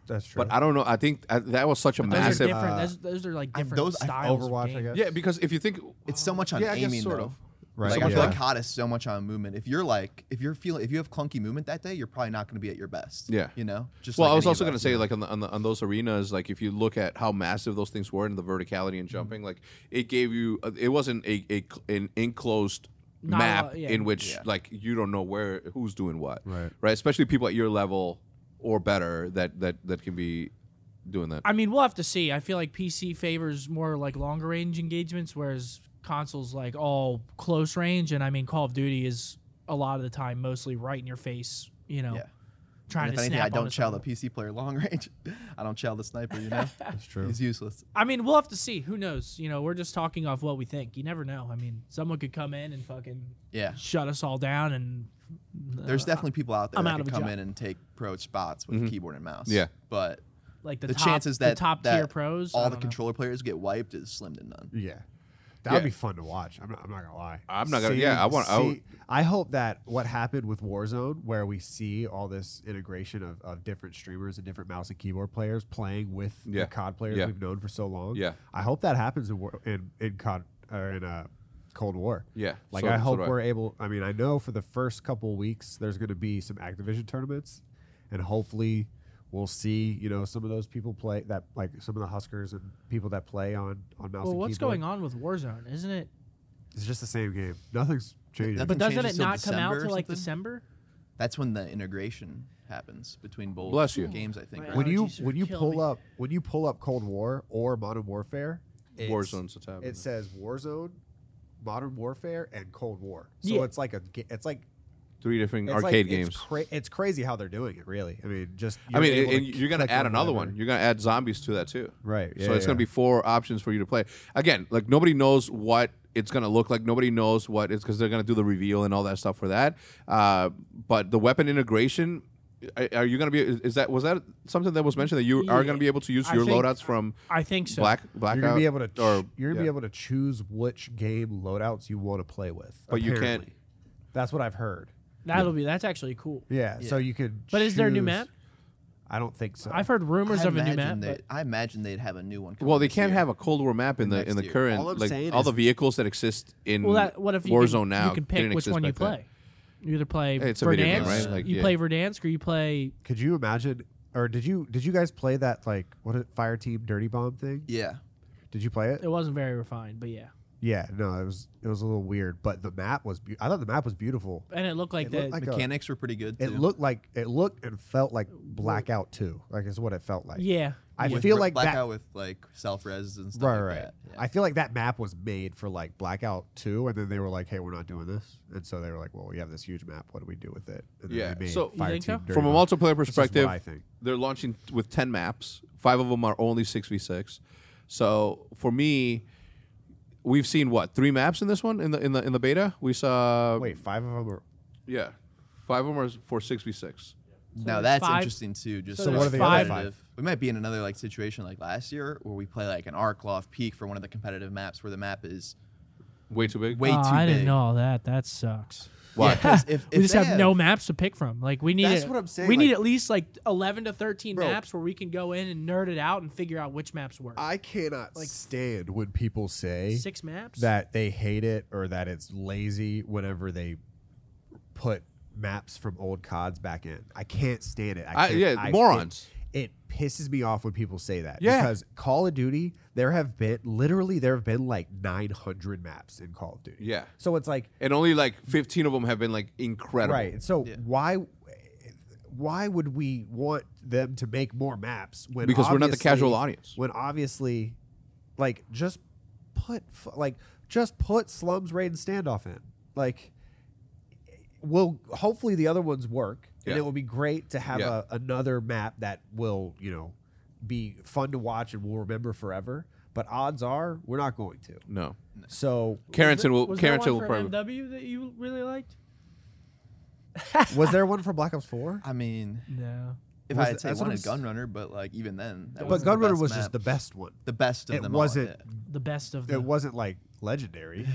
Speaker 4: That's true.
Speaker 2: but i don't know i think uh, that was such a
Speaker 3: those
Speaker 2: massive
Speaker 3: Are different.
Speaker 4: Uh,
Speaker 3: those, those are like
Speaker 1: I've-
Speaker 3: different
Speaker 1: those- I've
Speaker 3: styles. of
Speaker 4: Overwatch, I
Speaker 3: games.
Speaker 4: guess.
Speaker 2: yeah because if you think
Speaker 1: it's so much on
Speaker 2: Yeah, I guess
Speaker 1: aiming
Speaker 2: sort
Speaker 1: though.
Speaker 2: of.
Speaker 4: Right,
Speaker 1: So much
Speaker 4: yeah.
Speaker 1: like is so much on movement. If you're like, if you're feeling, if you have clunky movement that day, you're probably not going to be at your best.
Speaker 2: Yeah.
Speaker 1: You know. Just
Speaker 2: well,
Speaker 1: like
Speaker 2: I was
Speaker 1: any
Speaker 2: also
Speaker 1: of
Speaker 2: going to
Speaker 1: us,
Speaker 2: say,
Speaker 1: you know?
Speaker 2: like on, the, on, the, on those arenas, like if you look at how massive those things were and the verticality
Speaker 4: Mm-hmm.
Speaker 2: and jumping, like it gave you, uh, it wasn't a, a cl- an enclosed
Speaker 3: Not a
Speaker 2: map
Speaker 3: lot, yeah.
Speaker 2: in which
Speaker 1: Yeah.
Speaker 2: like you don't know where who's doing what,
Speaker 4: Right.
Speaker 2: Right, especially people at your level or better that that that can be doing that.
Speaker 3: I mean, we'll have to see. I feel like PC favors more like longer range engagements, whereas consoles like all close range. And I mean, Call of Duty is a lot of the time mostly right in your face. You know,
Speaker 1: Yeah.
Speaker 3: trying
Speaker 1: And if
Speaker 3: to
Speaker 1: anything,
Speaker 3: snap.
Speaker 1: I don't
Speaker 3: onto
Speaker 1: chow the
Speaker 3: someone.
Speaker 1: PC player long range. I don't chow the sniper. You know,
Speaker 4: That's true.
Speaker 1: he's useless.
Speaker 3: I mean, we'll have to see. Who knows? You know, we're just talking off what we think. You never know. I mean, someone could come in and fucking
Speaker 1: Yeah.
Speaker 3: shut us all down. And
Speaker 1: There's definitely people out there
Speaker 3: uh, I'm out
Speaker 1: that
Speaker 3: of
Speaker 1: can
Speaker 3: a
Speaker 1: come
Speaker 3: job.
Speaker 1: in and take pro spots with keyboard and mouse.
Speaker 2: Yeah.
Speaker 1: But
Speaker 3: like the,
Speaker 1: the,
Speaker 3: top,
Speaker 1: chances
Speaker 3: the
Speaker 1: that
Speaker 3: top
Speaker 1: that
Speaker 3: tier pros, I
Speaker 1: all the
Speaker 3: don't know.
Speaker 1: controller players get wiped is slim to none.
Speaker 4: Yeah. That
Speaker 2: Yeah.
Speaker 4: would be fun to watch. I'm not, I'm not gonna lie.
Speaker 2: I'm not gonna- yeah, I want- I would-
Speaker 4: See, I hope that what happened with Warzone, where we see all this integration of, of different streamers and different mouse and keyboard players playing with
Speaker 2: Yeah.
Speaker 4: the COD players
Speaker 2: Yeah.
Speaker 4: we've known for so long.
Speaker 2: Yeah.
Speaker 4: I hope that happens in War- in, in COD or in uh, Cold War.
Speaker 2: Yeah,
Speaker 4: Like
Speaker 2: so-
Speaker 4: I
Speaker 2: so
Speaker 4: hope
Speaker 2: do I.
Speaker 4: we're able. I mean, I know for the first couple weeks there's going to be some Activision tournaments, and hopefully we'll see you know some of those people play that like some of the Huskers and people that play on on mouse.
Speaker 3: Well,
Speaker 4: and
Speaker 3: what's
Speaker 4: keyboard.
Speaker 3: going on with Warzone? Isn't it?
Speaker 4: It's just the same game. Nothing's changing.
Speaker 1: Nothing
Speaker 3: But doesn't
Speaker 1: changes
Speaker 3: it
Speaker 1: till
Speaker 3: not come out
Speaker 1: December or
Speaker 3: till like
Speaker 1: something?
Speaker 3: December?
Speaker 1: That's when the integration happens between both
Speaker 2: Bless you.
Speaker 1: games. I think.
Speaker 3: Right.
Speaker 1: right?
Speaker 4: when you
Speaker 3: Allergies are
Speaker 4: when you
Speaker 3: killing
Speaker 4: pull
Speaker 3: me.
Speaker 4: up when you pull up Cold War or Modern Warfare, it's-
Speaker 2: Warzone's a tab.
Speaker 4: It says Warzone, Modern Warfare, and Cold War. So
Speaker 3: Yeah.
Speaker 4: it's like a ga- it's like
Speaker 2: Three different
Speaker 4: it's like-
Speaker 2: arcade
Speaker 4: it's
Speaker 2: games.
Speaker 4: cra- it's crazy how they're doing it. Really, I mean, just
Speaker 2: I mean,
Speaker 4: able
Speaker 2: and,
Speaker 4: to
Speaker 2: and you're gonna
Speaker 4: click
Speaker 2: add
Speaker 4: on
Speaker 2: another
Speaker 4: whatever.
Speaker 2: one. You're gonna add zombies to that too.
Speaker 4: Right,
Speaker 2: so
Speaker 4: yeah,
Speaker 2: it's gonna
Speaker 4: yeah.
Speaker 2: be four options for you to play. Again, like nobody knows what it's gonna look like. Nobody knows what it's because they're gonna do the reveal and all that stuff for that. Uh, but the weapon integration. Are are you gonna be? Is that was that something that was mentioned that you are gonna be able to use
Speaker 3: I
Speaker 2: your
Speaker 3: think-
Speaker 2: loadouts from
Speaker 3: I think so.
Speaker 2: Black Blackout?
Speaker 4: You're gonna be able to ch-
Speaker 2: or
Speaker 4: you're gonna
Speaker 2: yeah.
Speaker 4: be able to choose which game loadouts you want to play with.
Speaker 2: But you can't-
Speaker 4: apparently. That's what I've heard.
Speaker 3: That'll be that's actually cool.
Speaker 4: Yeah, so you could.
Speaker 3: But is there a new
Speaker 4: choose-
Speaker 3: map?
Speaker 4: I don't think so.
Speaker 3: I've heard rumors
Speaker 1: I
Speaker 3: of a new map.
Speaker 1: imagine
Speaker 3: but-
Speaker 1: they- I imagine they'd have a new one.
Speaker 2: Well, they
Speaker 1: coming this
Speaker 2: can't
Speaker 1: year.
Speaker 2: have a Cold War map in the
Speaker 1: Next
Speaker 2: in the
Speaker 1: year.
Speaker 2: current
Speaker 4: All I'm
Speaker 2: like
Speaker 4: saying
Speaker 2: all
Speaker 4: is-
Speaker 2: the vehicles that exist in
Speaker 3: well, that, what if you
Speaker 2: Warzone
Speaker 3: can,
Speaker 2: now
Speaker 3: you can
Speaker 2: didn't
Speaker 3: pick which
Speaker 2: exist
Speaker 3: one you
Speaker 2: back then.
Speaker 3: play. You either play
Speaker 2: Hey, it's a video game,
Speaker 3: Verdansk,
Speaker 2: right? Like,
Speaker 3: you
Speaker 2: yeah.
Speaker 3: play Verdansk, or you play.
Speaker 4: Could you imagine, or did you did you guys play that like what is it, fire team dirty bomb thing?
Speaker 1: Yeah.
Speaker 4: Did you play it?
Speaker 3: It wasn't very refined, but yeah.
Speaker 4: Yeah, no, it was it was a little weird, but the map was. Be- I thought the map was beautiful.
Speaker 3: and it looked like
Speaker 4: It
Speaker 3: that.
Speaker 4: looked like a-
Speaker 1: Mechanics were pretty good.
Speaker 4: it
Speaker 1: too.
Speaker 4: looked like it looked and felt like Blackout Two. Like is what it felt like.
Speaker 3: yeah,
Speaker 4: I
Speaker 1: With
Speaker 4: feel
Speaker 1: re-
Speaker 4: like
Speaker 1: blackout
Speaker 4: that.
Speaker 1: with like self res and stuff.
Speaker 4: Right,
Speaker 1: like
Speaker 4: right.
Speaker 1: that.
Speaker 4: I feel like that map was made for like Blackout Two, and then they were like, "Hey, we're not doing this," and so they were like, "Well, we have this huge map. What do we do with it?" And then
Speaker 2: Yeah,
Speaker 4: they made
Speaker 2: so-
Speaker 3: You
Speaker 4: Fire
Speaker 3: think
Speaker 4: Team
Speaker 3: so?
Speaker 4: Dirty
Speaker 2: From a
Speaker 4: Bomb.
Speaker 2: multiplayer
Speaker 4: This is what
Speaker 2: perspective,
Speaker 4: I think.
Speaker 2: they're launching with 10 maps. Five of them are only 6v6. So for me, we've seen what? Three maps in this one in the in the in the beta? We saw
Speaker 4: Wait, five of them are.
Speaker 2: yeah. Five of them are for 6v6.
Speaker 1: Now
Speaker 3: there's
Speaker 1: that's
Speaker 3: five-
Speaker 1: interesting too. Just
Speaker 3: so
Speaker 1: so
Speaker 3: there's
Speaker 1: what are the
Speaker 4: five-
Speaker 1: competitive. We might be in another like situation like last year where we play like an Arklov Peak for one of the competitive maps where the map is
Speaker 2: Way too big.
Speaker 1: way
Speaker 3: Oh,
Speaker 1: too
Speaker 3: I
Speaker 1: big.
Speaker 3: didn't know all that. That sucks.
Speaker 2: Why?
Speaker 1: Because if,
Speaker 3: we
Speaker 1: if
Speaker 3: just
Speaker 1: they
Speaker 3: have, no maps to pick from. Like we need.
Speaker 1: That's
Speaker 3: a-
Speaker 1: what I'm saying,
Speaker 3: We need
Speaker 1: like-
Speaker 3: at least like eleven to thirteen
Speaker 4: Bro.
Speaker 3: maps where we can go in and nerd it out and figure out which maps work.
Speaker 4: I cannot stand when people say
Speaker 3: Six maps.
Speaker 4: that they hate it or that it's lazy whenever they put maps from old CODs back in. I can't stand it.
Speaker 2: I-
Speaker 4: can't-
Speaker 2: yeah, morons.
Speaker 4: It, it pisses me off when people say that.
Speaker 2: Yeah.
Speaker 4: Because Call of Duty, there have been literally there have been like 900 maps in Call of Duty.
Speaker 2: Yeah.
Speaker 4: So it's like
Speaker 2: And only like 15 of them have been like incredible.
Speaker 4: right. So
Speaker 1: Yeah.
Speaker 4: why why would we want them to make more maps when
Speaker 2: Because we're not the
Speaker 4: obviously-
Speaker 2: casual audience.
Speaker 4: When obviously, like just put fu- like just put Slums Raid and Standoff in. Like, will hopefully the other ones work, and
Speaker 2: Yeah.
Speaker 4: it will be great to have
Speaker 2: Yeah.
Speaker 4: a, another map that will you know be fun to watch and we'll remember forever. But odds are we're not going to.
Speaker 2: No.
Speaker 4: So
Speaker 2: Carrington will
Speaker 3: Was there
Speaker 2: Carrington
Speaker 3: one
Speaker 2: will
Speaker 3: for
Speaker 2: probably
Speaker 3: MW that you really liked?
Speaker 4: was there one for Black Ops Four?
Speaker 1: I mean,
Speaker 3: No.
Speaker 1: if
Speaker 4: Was
Speaker 1: I
Speaker 4: it-
Speaker 1: had said
Speaker 4: that's what I'm
Speaker 1: wanted
Speaker 4: s-
Speaker 1: Gunrunner, but like even then, that
Speaker 4: But
Speaker 1: wasn't the
Speaker 4: Gunrunner
Speaker 1: best
Speaker 4: was just
Speaker 1: map.
Speaker 4: the best one.
Speaker 1: the best of
Speaker 4: It
Speaker 1: them.
Speaker 4: wasn't.
Speaker 1: All, yeah.
Speaker 3: The best of
Speaker 4: It
Speaker 3: them.
Speaker 4: wasn't like legendary.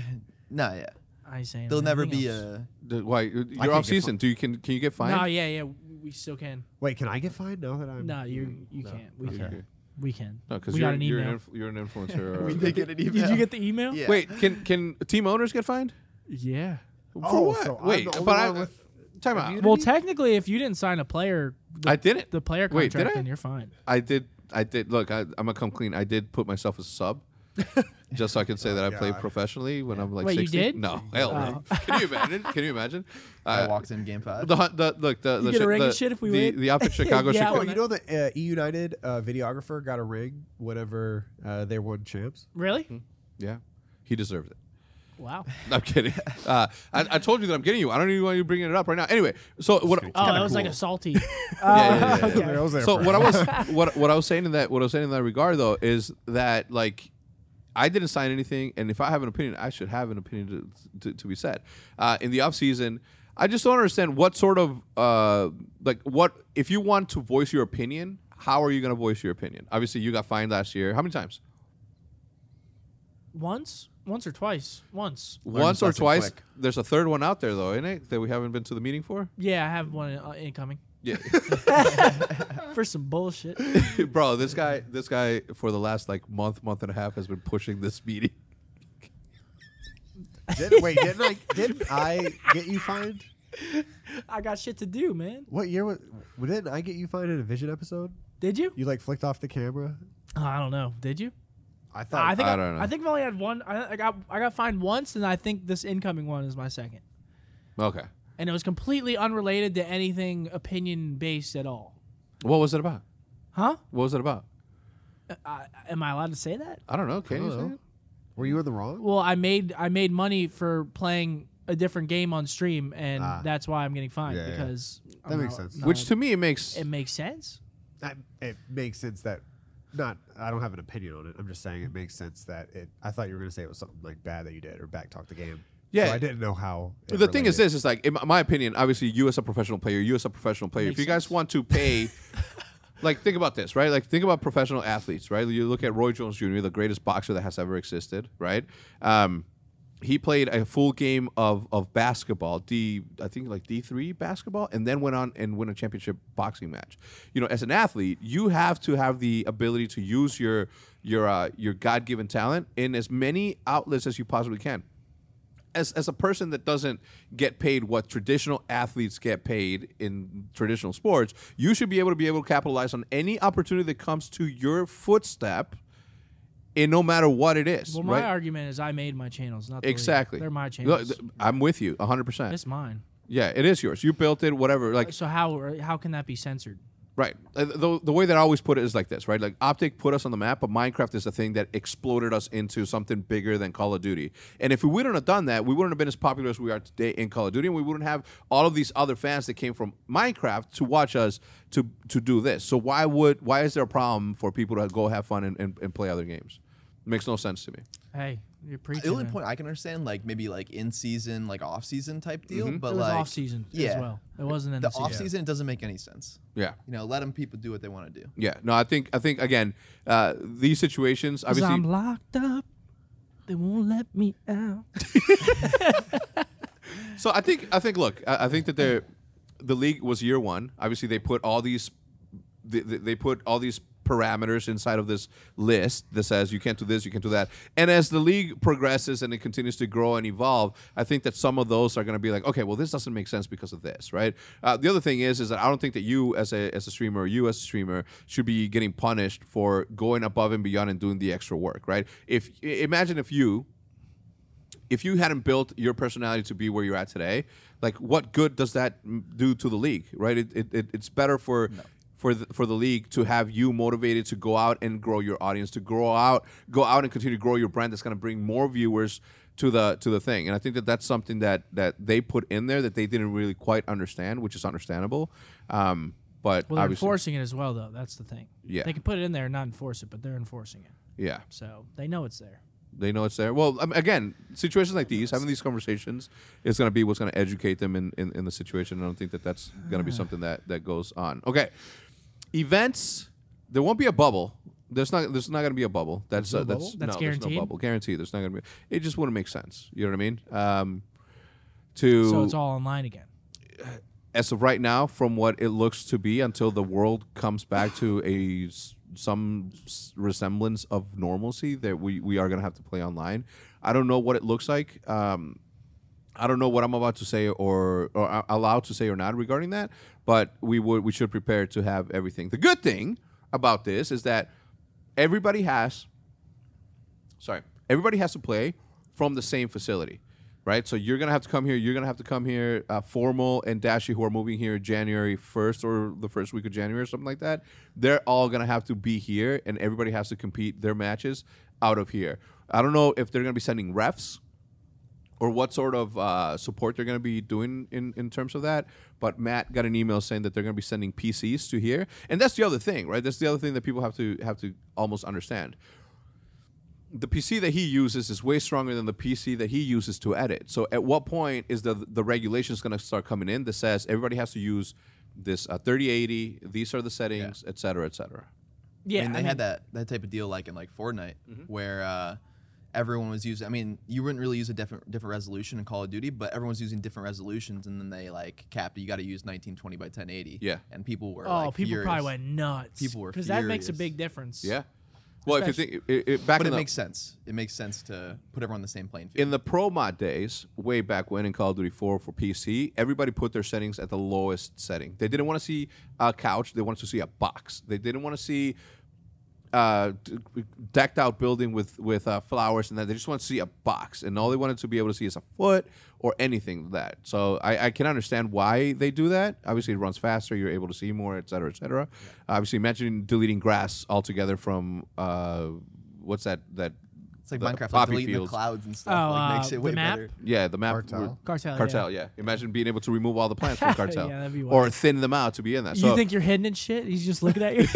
Speaker 1: No, yeah,
Speaker 3: I say.
Speaker 1: there'll never
Speaker 3: anything
Speaker 1: be
Speaker 3: else.
Speaker 1: a.
Speaker 2: The- why
Speaker 4: get
Speaker 2: you're off season. Do you can can you get fined?
Speaker 3: No, yeah, yeah. We still can.
Speaker 4: Wait, can I get fined now that I'm?
Speaker 3: No, you you can't. We
Speaker 2: Mm-hmm. Okay.
Speaker 3: can. We can.
Speaker 2: No, because
Speaker 3: we
Speaker 2: you're,
Speaker 3: got an
Speaker 2: you're,
Speaker 3: email.
Speaker 2: an inf- you're an influencer. or-
Speaker 1: They get an
Speaker 3: Did you
Speaker 1: email.
Speaker 3: get the email?
Speaker 1: Yeah.
Speaker 2: Wait, can can team owners get fined?
Speaker 3: Yeah.
Speaker 2: For
Speaker 4: Oh,
Speaker 2: what?
Speaker 4: so I'm
Speaker 2: Wait,
Speaker 4: the only
Speaker 2: but I
Speaker 4: one with
Speaker 2: time out.
Speaker 3: Well, technically, if you didn't sign a player, the,
Speaker 2: I didn't.
Speaker 3: the player
Speaker 2: Wait,
Speaker 3: contract,
Speaker 2: did I?
Speaker 3: then you're fine.
Speaker 2: I did. I did. Look, I, I'm gonna come clean. I did put myself as a sub, just so I can say that I played
Speaker 4: Oh, God.
Speaker 2: professionally when I'm like.
Speaker 3: Wait, you
Speaker 2: 60.
Speaker 3: did? Oh.
Speaker 2: No, hell no. Can you imagine? Can you imagine?
Speaker 1: I
Speaker 2: Uh,
Speaker 1: walked in game five.
Speaker 2: The, hu- the look the the,
Speaker 3: get a
Speaker 2: shi-
Speaker 3: ring
Speaker 2: the,
Speaker 3: and shit if we
Speaker 2: the,
Speaker 3: win?
Speaker 2: the Optic Chicago
Speaker 3: Yeah,
Speaker 2: Chicago.
Speaker 4: Oh,
Speaker 3: well,
Speaker 4: you know the uh, E United uh, videographer got a ring whenever uh, they won champs.
Speaker 3: Really?
Speaker 2: Mm-hmm. yeah, he deserved it.
Speaker 3: Wow.
Speaker 2: No, I'm kidding. Uh, I, I told you that I'm getting you. I don't even want you bringing it up right now. Anyway, so what?
Speaker 3: Oh, that was like a salty. Oh,
Speaker 2: yeah, yeah, yeah.
Speaker 3: okay.
Speaker 4: I was there
Speaker 2: so
Speaker 4: for
Speaker 2: what I
Speaker 4: it.
Speaker 2: was what what I was saying in that what I was saying in that regard though is that like I didn't sign anything, and if I have an opinion, I should have an opinion to to, to be said. Uh, in the off season, I just don't understand what sort of uh, like what if you want to voice your opinion, how are you going to voice your opinion? Obviously, you got fined last year. How many times?
Speaker 3: Once, once or twice, once.
Speaker 1: Learn
Speaker 2: Once or
Speaker 1: something
Speaker 2: twice.
Speaker 1: quick.
Speaker 2: There's a third one out there though, isn't it? That we haven't been to the meeting for.
Speaker 3: Yeah, I have one uh, incoming
Speaker 2: Yeah.
Speaker 3: for some bullshit.
Speaker 2: bro this guy this guy for the last like month month and a half has been pushing this meeting
Speaker 4: Did, wait, didn't I? Didn't I get you fined?
Speaker 3: I got shit to do, man.
Speaker 4: What year was? Didn't I get you fined in a Vision episode?
Speaker 3: Did you?
Speaker 4: You like flicked off the camera.
Speaker 3: Oh, I don't know. Did you?
Speaker 4: I thought.
Speaker 3: I think I,
Speaker 2: I don't know.
Speaker 3: I think I've only had one. I, I got I got fined once, and I think this incoming one is my second.
Speaker 2: okay
Speaker 3: And it was completely unrelated to anything opinion based at all.
Speaker 2: what was it about
Speaker 3: Huh?
Speaker 2: what was it about
Speaker 3: I, am I allowed to say that?
Speaker 2: i don't know can you say
Speaker 4: know.
Speaker 2: it?
Speaker 4: were you in the wrong?
Speaker 3: Well, I made I made money for playing a different game on stream, and
Speaker 4: Ah.
Speaker 3: that's why I'm getting fined
Speaker 4: Yeah, yeah.
Speaker 3: because
Speaker 4: That makes sense.
Speaker 2: which to me it makes
Speaker 3: it makes sense.
Speaker 4: That, it makes sense that. Not. I don't have an opinion on it. I'm just saying it makes sense that it. I thought you were gonna say it was something like bad that you did or backtalk the game.
Speaker 2: Yeah.
Speaker 4: So I didn't know how. it
Speaker 2: the thing is this
Speaker 4: related.
Speaker 2: is like in my- my opinion obviously you as a professional player you as a professional player if
Speaker 3: Makes
Speaker 2: you guys want to pay like think about this right like think about professional athletes right you look at roy jones jr the greatest boxer that has ever existed right um he played a full game of, of basketball, D I think like D three basketball, and then went on and win a championship boxing match. You know, as an athlete, you have to have the ability to use your your uh, your God given talent in as many outlets as you possibly can as, as a person that doesn't get paid what traditional athletes get paid in traditional sports, you should be able to be able to capitalize on any opportunity that comes to your footstep and no matter what it is,
Speaker 3: Well, my
Speaker 2: right?
Speaker 3: argument is I made my channels, not the league.
Speaker 2: exactly.
Speaker 3: They're my
Speaker 2: No,
Speaker 3: channels.
Speaker 2: th- I'm with you 100%.
Speaker 3: it's mine.
Speaker 2: yeah, it is yours. You built it, whatever. Like
Speaker 3: So how how can that be censored?
Speaker 2: Right. Uh, The, the way that I always put it is like this, right? Like Optic put us on the map, but Minecraft is the thing that exploded us into something bigger than Call of Duty. And if we wouldn't have done that, we wouldn't have been as popular as we are today in Call of Duty, and we wouldn't have all of these other fans that came from Minecraft to watch us to to do this. So why would why is there a problem for people to go have fun and, and, and play other games? makes no sense to me.
Speaker 3: Hey, you're preaching.
Speaker 1: The only
Speaker 3: man.
Speaker 1: point I can understand, like maybe like in season, like off season type deal, but
Speaker 3: Mm-hmm. it was
Speaker 1: like
Speaker 3: off season as
Speaker 1: yeah.
Speaker 3: well. It wasn't in the,
Speaker 1: the off
Speaker 3: season.
Speaker 1: season, it doesn't make any sense.
Speaker 2: Yeah.
Speaker 1: You know, let them people do what they want to do.
Speaker 2: Yeah. No, I think I think again, uh, these situations
Speaker 3: 'Cause
Speaker 2: obviously
Speaker 3: I'm locked up. They won't let me out.
Speaker 2: So I think I think look, I, I think that the the league was year one. Obviously, they put all these they, they they put all these parameters inside of this list that says you can't do this, you can't do that. And as the league progresses and it continues to grow and evolve, I think that some of those are going to be like, okay, well, this doesn't make sense because of this, right? Uh, the other thing is, is that I don't think that you as a as a streamer, you as a streamer, should be getting punished for going above and beyond and doing the extra work, right? If i- imagine if you if you hadn't built your personality to be where you're at today, like what good does that m- do to the league, right? It, it, it it's better for for the, for the league to have you motivated to go out and grow your audience, to grow out, go out and continue to grow your brand. That's going to bring more viewers to the to the thing, and I think that that's something that that they put in there that they didn't really quite understand, which is understandable. Um, but
Speaker 3: Well, they're
Speaker 2: obviously,
Speaker 3: enforcing it as well, though. That's the thing.
Speaker 2: Yeah.
Speaker 3: They can put it in there and not enforce it, but they're enforcing it.
Speaker 2: yeah.
Speaker 3: So they know it's there.
Speaker 2: they know it's there. Well, um, again, situations like these, having these conversations is going to be what's going to educate them in, in, in the situation. I don't think that that's going to
Speaker 3: Ah.
Speaker 2: be something that, that goes on. Okay. Events, there won't be a bubble. There's not. There's not going to be a bubble. That's uh, that's
Speaker 3: bubble? That's
Speaker 2: no, There's
Speaker 3: guaranteed?
Speaker 2: no bubble. Guaranteed. There's not going to be. It just wouldn't make sense. You know what I mean? Um, to
Speaker 3: So it's all online again.
Speaker 2: as of right now, from what it looks to be, until the world comes back to a s- some s- resemblance of normalcy, that we we are gonna have to play online. I don't know what it looks like. Um, I don't know what I'm about to say or or a- allowed to say or not regarding that, but we would we should prepare to have everything. The good thing about this is that everybody has sorry, everybody has to play from the same facility, right? So you're gonna have to come here. You're gonna have to come here. Uh, Formal and Dashi, who are moving here January first or the first week of January or something like that, they're all gonna have to be here, and everybody has to compete their matches out of here. I don't know if they're gonna be sending refs or what sort of uh, support they're going to be doing in, in terms of that. But Matt got an email saying that they're going to be sending PCs to here, and that's the other thing, right? That's the other thing that people have to have to almost understand. The PC that he uses is way stronger than the PC that he uses to edit. So at what point is the the regulations going to start coming in that says everybody has to use this uh, 3080, these are the settings, et cetera, et cetera.
Speaker 3: Yeah.
Speaker 1: I mean, they
Speaker 3: I mean,
Speaker 1: had that that type of deal like in like Fortnite,
Speaker 2: Mm-hmm.
Speaker 1: where uh, everyone was using. I mean, you wouldn't really use a different different resolution in Call of Duty, but everyone's using different resolutions, and then they like capped. You got to use 1920 by 1080.
Speaker 2: Yeah.
Speaker 1: and people were.
Speaker 3: Oh,
Speaker 1: like,
Speaker 3: people probably
Speaker 1: furious.
Speaker 3: went nuts.
Speaker 1: People were
Speaker 3: because that makes a
Speaker 1: furious.
Speaker 3: big difference.
Speaker 2: Yeah. Well, if you
Speaker 3: Especially-
Speaker 2: think it, it, back
Speaker 1: But
Speaker 2: in
Speaker 1: it
Speaker 2: the-
Speaker 1: makes sense. It makes sense to put everyone on the same playing field.
Speaker 2: in the pro mod days, way back when in Call of Duty 4 for PC, everybody put their settings at the lowest setting. They didn't want to see a couch, they wanted to see a box. They didn't want to see uh, d- decked out building with with uh, flowers and that they just want to see a box and all they wanted to be able to see is a foot or anything like that so I, I can understand why they do that obviously it runs faster you're able to see more et cetera et cetera obviously imagine deleting grass altogether from uh, what's that that
Speaker 1: It's like
Speaker 2: the
Speaker 1: Minecraft, like
Speaker 2: poppy
Speaker 1: deleting the
Speaker 2: fields.
Speaker 1: clouds and stuff.
Speaker 3: Oh,
Speaker 1: like, makes
Speaker 3: uh,
Speaker 1: it
Speaker 3: the
Speaker 1: way
Speaker 3: map?
Speaker 1: better.
Speaker 2: yeah the map
Speaker 4: Cartel?
Speaker 2: would-
Speaker 3: Cartel.
Speaker 2: Cartel, yeah. Imagine being able to remove all the plants from cartel,
Speaker 3: Yeah, that'd be wild.
Speaker 2: or thin them out to be in that.
Speaker 3: You
Speaker 2: So
Speaker 3: think you're hidden and shit? He's just looking at you.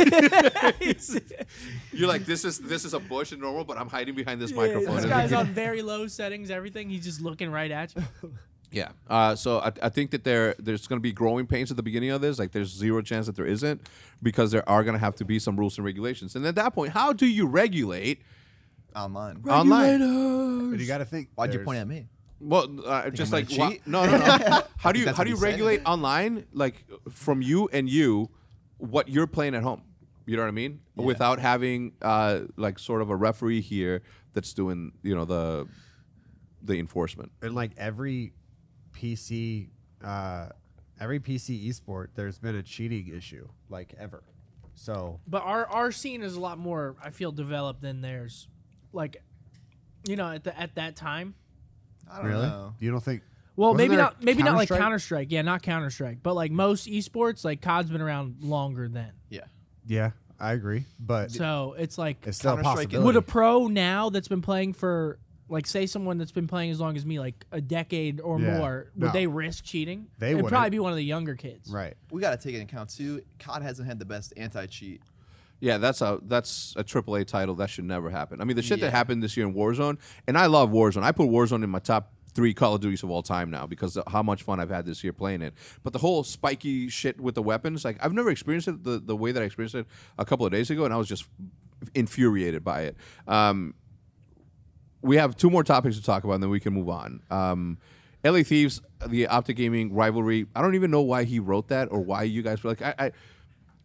Speaker 2: you're like, this is this is a bush and normal, but I'm hiding behind this
Speaker 3: Yeah,
Speaker 2: microphone.
Speaker 3: This guy's on very low settings, everything. He's just looking right at you.
Speaker 2: yeah. Uh, so I, I think that there there's going to be growing pains at the beginning of this. Like, there's zero chance that there isn't, because there are going to have to be some rules and regulations. And at that point, how do you regulate
Speaker 1: Online.
Speaker 2: online?
Speaker 4: But you got to think.
Speaker 1: Why'd you
Speaker 4: there's-
Speaker 1: point at me?
Speaker 2: Well, uh, just
Speaker 1: I'm
Speaker 2: like
Speaker 1: gonna
Speaker 2: wha-
Speaker 1: cheat?
Speaker 2: no, no, no. how do you
Speaker 1: that's
Speaker 2: how
Speaker 1: what
Speaker 2: do you
Speaker 1: he said.
Speaker 2: regulate online like from you and you what you're playing at home? You know what I mean? Without having uh, like sort of a referee here that's doing you know the the enforcement.
Speaker 4: and like every PC, uh, every PC esport, there's been a cheating issue, like ever. So
Speaker 3: But our our scene is a lot more, I feel, developed than theirs. like, you know, at the, at that time.
Speaker 1: I don't
Speaker 4: Really?
Speaker 1: know.
Speaker 4: You don't think?
Speaker 3: Well,
Speaker 4: Wasn't
Speaker 3: maybe
Speaker 4: there
Speaker 3: not. Maybe not like
Speaker 4: Counter-Strike?
Speaker 3: Counter Strike. Yeah, not Counter Strike, but like most esports, like COD's been around longer than.
Speaker 1: Yeah.
Speaker 4: Yeah, I agree, but
Speaker 3: So it's like,
Speaker 4: it's still a
Speaker 1: Counter-Strike
Speaker 4: possibility.
Speaker 1: and-
Speaker 3: would a pro now that's been playing for like say someone that's been playing as long as me, like a decade or
Speaker 4: Yeah,
Speaker 3: more, would
Speaker 4: no.
Speaker 3: they risk cheating?
Speaker 4: They
Speaker 3: It'd
Speaker 4: wouldn't.
Speaker 3: probably be one of the younger kids.
Speaker 4: right?
Speaker 1: We got to take into account too. COD hasn't had the best anti-cheat.
Speaker 2: Yeah, that's a that's a AAA title that should never happen. I mean, the shit
Speaker 1: Yeah.
Speaker 2: that happened this year in Warzone, and I love Warzone. I put Warzone in my top three Call of Duties of all time now because of how much fun I've had this year playing it. But the whole spiky shit with the weapons, like I've never experienced it the, the way that I experienced it a couple of days ago, and I was just infuriated by it. Um, we have two more topics to talk about, and then we can move on. Um, LA Thieves, the Optic Gaming rivalry. I don't even know why he wrote that or why you guys were like, I. I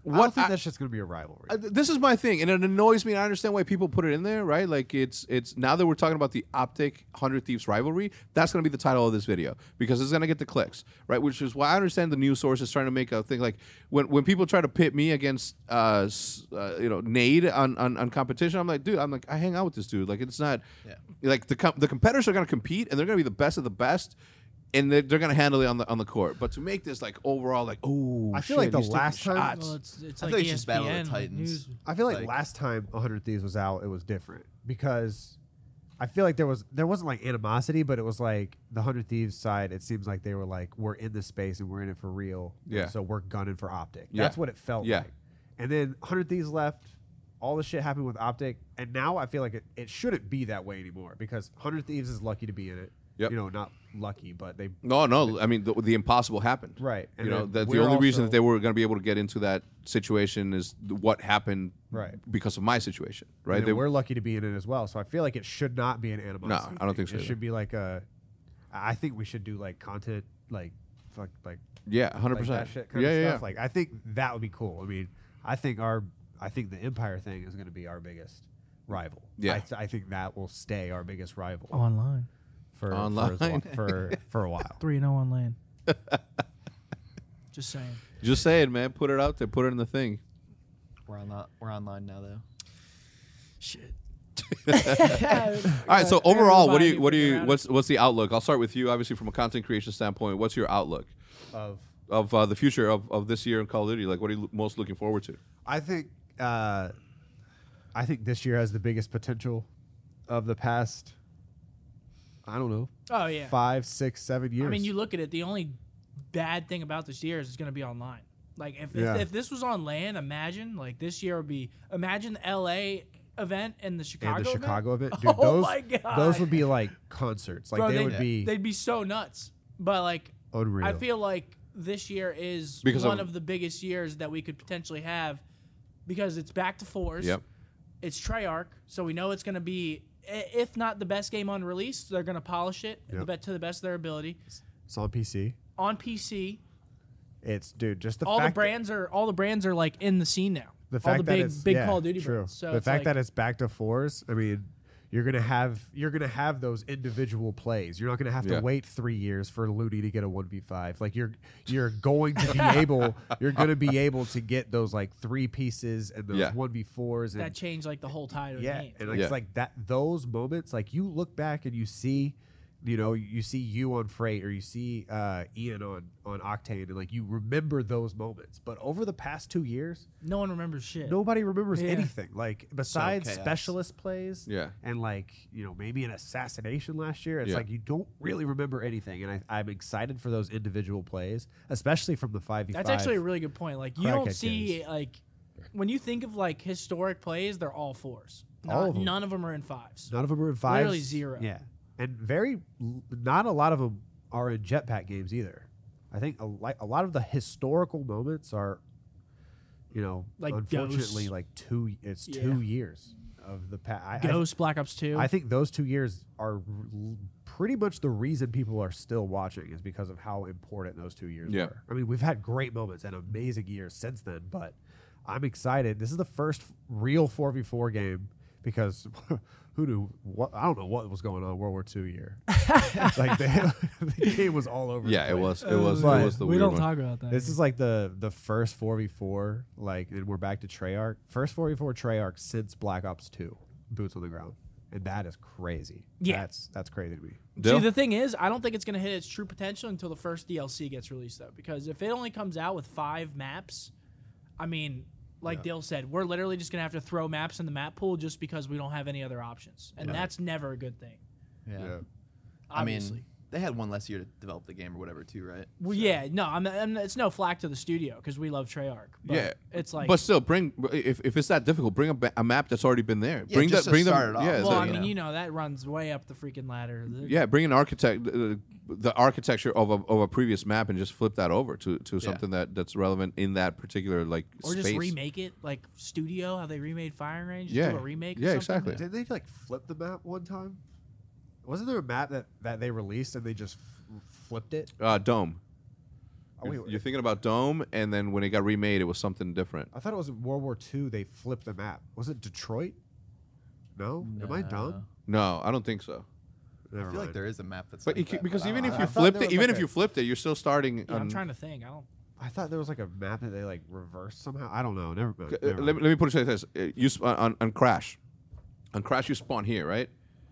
Speaker 4: I
Speaker 2: what
Speaker 4: don't think
Speaker 2: I-
Speaker 4: that shit's gonna be a rivalry.
Speaker 2: I- th- this is my thing, and it annoys me. And I understand why people put it in there, right? Like it's it's now that we're talking about the optic hundred thieves rivalry, that's going to be the title of this video because it's going to get the clicks, right? Which is why I understand the news source is trying to make a thing like when when people try to pit me against uh, s- uh you know Nade on, on on competition, I'm like, dude, I'm like I hang out with this dude. Like it's not
Speaker 1: Yeah.
Speaker 2: like the com- the competitors are going to compete and they're going to be the best of the best. And they're, they're gonna handle it on the on the court, but to make this like overall like oh,
Speaker 4: I feel like
Speaker 2: shit,
Speaker 4: the
Speaker 2: he's taking
Speaker 4: last time-
Speaker 2: shots.
Speaker 3: Well, it's, it's
Speaker 1: I
Speaker 3: like
Speaker 1: feel
Speaker 3: E
Speaker 1: like it's just Battle of the
Speaker 3: ESPN, like
Speaker 1: Titans.
Speaker 3: news-
Speaker 4: I feel like,
Speaker 1: Like-
Speaker 4: last time 100 Thieves was out, it was different because I feel like there was there wasn't like animosity, but it was like the 100 Thieves side. It seems like they were like we're in this space and we're in it for real.
Speaker 2: Yeah.
Speaker 4: So we're gunning for Optic.
Speaker 2: Yeah.
Speaker 4: That's what it felt
Speaker 2: Yeah.
Speaker 4: like. And then 100 Thieves left. All the shit happened with Optic, and now I feel like it, it shouldn't be that way anymore because 100 Thieves is lucky to be in it.
Speaker 2: Yep.
Speaker 4: You know, not lucky, but they
Speaker 2: No, no. I mean, the, the impossible happened.
Speaker 4: Right,
Speaker 2: You
Speaker 4: and
Speaker 2: know,
Speaker 4: then
Speaker 2: that the
Speaker 4: we're
Speaker 2: only reason that
Speaker 4: also-
Speaker 2: they were going to be able to get into that situation is th- what happened.
Speaker 4: Right.
Speaker 2: Because of my situation. Right.
Speaker 4: And
Speaker 2: They,
Speaker 4: we're lucky to be in it as well. So I feel like it should not be an animosity.
Speaker 2: No, I don't think so
Speaker 4: It
Speaker 2: either.
Speaker 4: should be like a. I think we should do like content, like fuck, like,
Speaker 2: yeah, hundred
Speaker 4: like that
Speaker 2: percent.
Speaker 4: shit
Speaker 2: Yeah,
Speaker 4: kind
Speaker 2: yeah,
Speaker 4: of
Speaker 2: yeah.
Speaker 4: stuff. Like I think that would be cool. I mean, I think our, I think the Empire thing is going to be our biggest rival.
Speaker 2: Yeah.
Speaker 4: I, th- I think that will stay our biggest rival
Speaker 3: online
Speaker 4: for for, as
Speaker 2: Online.
Speaker 4: lo- for for a while.
Speaker 3: three and zero on land. Just saying.
Speaker 2: Just say it, man. Put it out there. Put it in the thing.
Speaker 1: We're on we're online now though.
Speaker 3: Shit.
Speaker 2: All right. So overall, what do you, what do you, what's, what's the outlook? I'll start with you, obviously, from a content creation standpoint. What's your outlook
Speaker 4: Of
Speaker 2: of uh, the future of, of this year in Call of Duty? Like, what are you lo- most looking forward to?
Speaker 4: I think uh, I think this year has the biggest potential of the past. I don't know,
Speaker 3: Oh yeah.
Speaker 4: five, six, seven years.
Speaker 3: I mean, you look at it. The only bad thing about this year is it's going to be online. Like if,
Speaker 4: Yeah.
Speaker 3: if if this was on land, imagine like this year would be imagine the L.A. event and the Chicago.
Speaker 4: and the
Speaker 3: event.
Speaker 4: Chicago event, dude.
Speaker 3: Oh
Speaker 4: those,
Speaker 3: my God.
Speaker 4: those would be like concerts. Like
Speaker 3: Bro,
Speaker 4: they,
Speaker 3: they'd-
Speaker 4: would be
Speaker 3: They'd be so nuts. But like,
Speaker 4: unreal.
Speaker 3: I feel like this year is
Speaker 2: Because
Speaker 3: one
Speaker 2: of-
Speaker 3: of, the biggest years that we could potentially have because it's back to fours.
Speaker 2: Yep.
Speaker 3: It's Treyarch, so we know it's going to be, i- if not the best game on release, they're going to polish it the
Speaker 4: Yep.
Speaker 3: be- to the best of their ability.
Speaker 4: it's on PC.
Speaker 3: On PC,
Speaker 4: It's dude, just the
Speaker 3: all the
Speaker 4: fact that-
Speaker 3: brands are all the brands are like in the scene now.
Speaker 4: the fact
Speaker 3: all the
Speaker 4: that
Speaker 3: big
Speaker 4: it's,
Speaker 3: big
Speaker 4: yeah,
Speaker 3: Call of Duty
Speaker 4: true.
Speaker 3: brands. So
Speaker 4: the
Speaker 3: it's
Speaker 4: fact
Speaker 3: like,
Speaker 4: that it's back to fours. I mean, you're gonna have you're gonna have those individual plays. You're not gonna have to
Speaker 2: Yeah.
Speaker 4: wait three years for Looney to get a one v five. Like you're you're going to be able you're gonna be able to get those like three pieces and
Speaker 2: Yeah.
Speaker 4: those one v fours and
Speaker 3: that changed like the whole tide of
Speaker 4: Yeah,
Speaker 3: the game.
Speaker 4: and like,
Speaker 2: Yeah.
Speaker 4: it's like that. Those moments, like you look back and you see, you know, you see you on Freight or you see uh, Ian on on Octane, and like you remember those moments. But over the past two years,
Speaker 3: No one remembers shit.
Speaker 4: nobody remembers
Speaker 3: Yeah.
Speaker 4: anything. Like besides
Speaker 1: chaos.
Speaker 4: specialist plays,
Speaker 2: Yeah.
Speaker 4: and like you know maybe an assassination last year. It's
Speaker 2: Yeah.
Speaker 4: like you don't really remember anything. And I, I'm excited for those individual plays, especially from the five v five.
Speaker 3: That's actually a really good point. Like you
Speaker 4: Crack
Speaker 3: don't
Speaker 4: at
Speaker 3: see
Speaker 4: games.
Speaker 3: like when you think of like historic plays, they're all fours. Not,
Speaker 4: All of 'em.
Speaker 3: None of them are in fives.
Speaker 4: None of them are in fives.
Speaker 3: Literally zero.
Speaker 4: Yeah, and very l- not a lot of them are in jetpack games either. I think a, li- a lot of the historical moments are, you know,
Speaker 3: Like
Speaker 4: unfortunately,
Speaker 3: Ghost.
Speaker 4: like two. It's
Speaker 3: Yeah.
Speaker 4: two years of the past. I, I,
Speaker 3: Ghost, Black Ops Two.
Speaker 4: I think those two years are r- l- pretty much the reason people are still watching is because of how important those two years
Speaker 2: Yeah.
Speaker 4: were. I mean, we've had great moments and amazing years since then, but I'm excited. This is the first f- real 4v4 game because who knew what I don't know what was going on World War II year. like the, the game was all over. the
Speaker 2: Yeah, it was.
Speaker 4: place.
Speaker 2: It was.
Speaker 4: but
Speaker 2: it was the
Speaker 3: we
Speaker 2: weird
Speaker 3: don't
Speaker 2: one.
Speaker 3: talk about that.
Speaker 4: This is like the the first 4v4 like and we're back to Treyarch. First 4v4 Treyarch since Black Ops 2. Boots on the ground. and that is crazy.
Speaker 3: Yeah.
Speaker 4: that's that's crazy to me.
Speaker 2: Dill?
Speaker 3: See, the thing is, I don't think it's going to hit its true potential until the first DLC gets released, though, because if it only comes out with five maps, I mean, like Dill said, we're literally just going to have to throw maps in the map pool just because we don't have any other options, and that's never a good thing.
Speaker 1: Yeah. I
Speaker 3: Obviously.
Speaker 1: mean, they had one less year to develop the game or whatever too, right?
Speaker 3: well, yeah, no, I'm, I'm, it's no flack to the studio because we love Treyarch. But
Speaker 2: Yeah,
Speaker 3: it's like,
Speaker 2: but still, bring if, if it's that difficult, bring a, ba- a map that's already been there.
Speaker 1: Yeah,
Speaker 2: bring
Speaker 1: just to
Speaker 2: the bring them.
Speaker 1: start it off.
Speaker 2: Yeah,
Speaker 1: Well,
Speaker 3: well,
Speaker 2: the-
Speaker 3: I mean, you know, that runs way up the freaking ladder.
Speaker 2: yeah, bring an architect, the, the architecture of a, of a previous map, and just flip that over to, to something that, that's relevant in that particular like
Speaker 3: or
Speaker 2: space.
Speaker 3: just remake it, like Studio, how they remade Fire Range,
Speaker 2: Yeah.
Speaker 3: do a remake. or
Speaker 2: Yeah,
Speaker 3: something.
Speaker 2: exactly.
Speaker 4: Did they like flip the map one time? Wasn't there a map that, that they released and they just f- flipped it?
Speaker 2: uh, Dome.
Speaker 4: Oh,
Speaker 2: You're,
Speaker 4: wait,
Speaker 2: you're thinking about Dome, and then when it got remade, it was something different.
Speaker 4: I thought it was in World War II. They flipped the map. Was it Detroit? No. Am I dumb?
Speaker 2: No, I don't think so.
Speaker 4: Never
Speaker 1: I feel like
Speaker 4: mind.
Speaker 1: there is a map that's.
Speaker 2: But
Speaker 1: like
Speaker 2: you c
Speaker 1: that,
Speaker 2: because
Speaker 1: but Uh, I
Speaker 2: even
Speaker 1: don't
Speaker 2: if
Speaker 1: know.
Speaker 2: you
Speaker 4: thought
Speaker 2: flipped
Speaker 4: there
Speaker 2: it,
Speaker 4: was
Speaker 2: even
Speaker 4: like
Speaker 2: if
Speaker 4: a-
Speaker 2: you flipped it, you're still starting.
Speaker 3: Yeah, I'm
Speaker 2: on-
Speaker 3: trying to think. I don't.
Speaker 4: I thought there was like a map that they like reversed somehow. I don't know. Never mind.
Speaker 2: Uh,
Speaker 4: Never
Speaker 2: let, me,
Speaker 4: mind.
Speaker 2: let me put it like this: Uh, you sp- on, on Crash, on Crash you spawn here, right?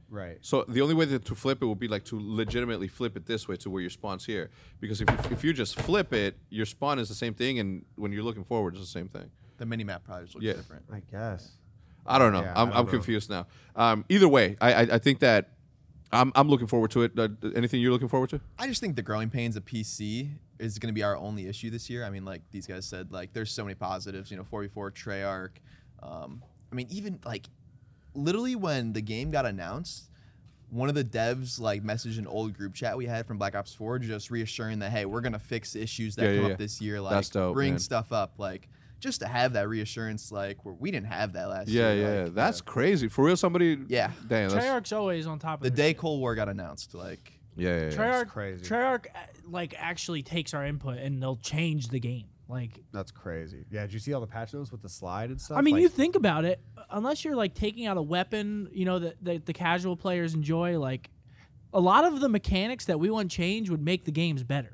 Speaker 4: Right.
Speaker 2: So the only way to, to flip it would be like to legitimately flip it this way to where your spawn's here, because if you, if you just flip it, your spawn is the same thing, and when you're looking forward, it's the same thing.
Speaker 1: the mini map probably just looks
Speaker 2: Yeah.
Speaker 1: different.
Speaker 4: I guess.
Speaker 2: I don't know.
Speaker 4: Yeah,
Speaker 2: I'm,
Speaker 4: I don't
Speaker 2: I'm
Speaker 4: know.
Speaker 2: confused now. Um, either way, I, I, I think that I'm, I'm looking forward to it. Uh, anything you're looking forward to?
Speaker 1: I just think the growing pains of PC is going to be our only issue this year. I mean, like these guys said, like there's so many positives. You know, 4v4, Treyarch. Um, I mean, even like literally when the game got announced, one of the devs like messaged an old group chat we had from Black Ops 4, just reassuring that hey, we're gonna fix issues that
Speaker 2: Yeah, yeah,
Speaker 1: come
Speaker 2: yeah.
Speaker 1: up this year. Like
Speaker 2: That's dope,
Speaker 1: bring
Speaker 2: man.
Speaker 1: stuff up, like just to have that reassurance. Like where we didn't have that last
Speaker 2: Yeah,
Speaker 1: year.
Speaker 2: yeah,
Speaker 1: like,
Speaker 2: that's crazy. For real, somebody.
Speaker 1: Yeah.
Speaker 2: Damn. That's,
Speaker 3: Treyarch's always on top of
Speaker 1: the
Speaker 3: their
Speaker 1: day
Speaker 3: shit.
Speaker 1: Cold War got announced. Like
Speaker 2: yeah, yeah, yeah.
Speaker 3: Treyarch,
Speaker 4: crazy.
Speaker 3: Treyarch, uh, like actually takes our input and they'll change the game. Like,
Speaker 4: That's crazy. Yeah. Did you see all the patch notes with the slide and stuff?
Speaker 3: I mean,
Speaker 4: Like,
Speaker 3: you think about it. uh, Unless you're like taking out a weapon, you know that that the casual players enjoy. Like, a lot of the mechanics that we want change would make the games better.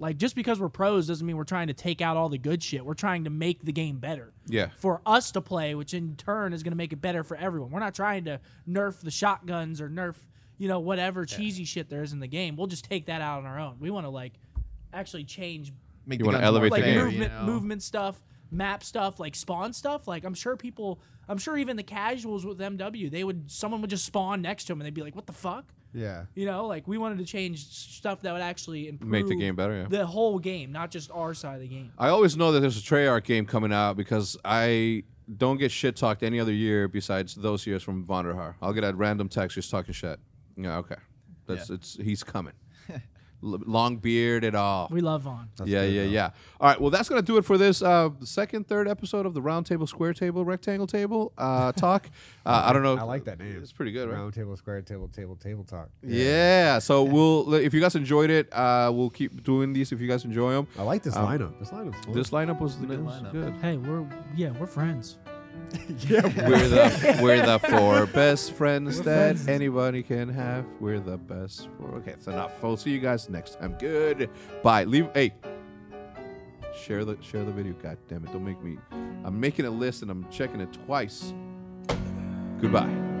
Speaker 3: Like, just because we're pros doesn't mean we're trying to take out all the good shit. We're trying to make the game better.
Speaker 2: Yeah.
Speaker 3: for us to play, which in turn is going to make it better for everyone. We're not trying to nerf the shotguns or nerf, you know, whatever cheesy shit there is in the game. We'll just take that out on our own. We want to like actually change
Speaker 1: make
Speaker 2: You
Speaker 1: the
Speaker 2: wanna
Speaker 1: guns more
Speaker 2: elevate the
Speaker 3: like
Speaker 2: game.
Speaker 1: fair, you
Speaker 3: movement,
Speaker 1: know?
Speaker 3: movement stuff, map stuff, like spawn stuff. Like I'm sure people, I'm sure even the casuals with MW, they would someone would just spawn next to them and they'd be like, "What the fuck?"
Speaker 4: Yeah.
Speaker 3: You know, like we wanted to change stuff that would actually improve
Speaker 2: Make the game better. Yeah.
Speaker 3: the whole game, not just our side of the game.
Speaker 2: I always know that there's a Treyarch game coming out because I don't get shit talked any other year besides those years from Vonderhaar. I'll get a random text just talking shit. Yeah, okay. That's it's he's coming. L- long beard and all.
Speaker 3: We love on.
Speaker 2: yeah, yeah, yeah. All right. Well, that's gonna do it for this uh, second, third episode of the Round Table, Square Table, Rectangle Table uh, talk. Uh, I don't know.
Speaker 4: I like that name.
Speaker 2: It's pretty good, right?
Speaker 4: Round table, square table, table, table talk.
Speaker 2: Yeah. So we'll if you guys enjoyed it, uh, we'll keep doing these. If you guys enjoy them,
Speaker 4: I like this lineup. This lineup's cool.
Speaker 2: this lineup was,
Speaker 1: a good
Speaker 2: was
Speaker 1: lineup.
Speaker 2: good.
Speaker 3: Hey, we're yeah, we're friends.
Speaker 2: We're the we're the four best friends that anybody can have. We're the best four. Okay, it's enough. We'll see you guys next time. Good. Bye. Leave. Hey, share the share the video. God damn it! Don't make me. I'm making a list and I'm checking it twice. Goodbye.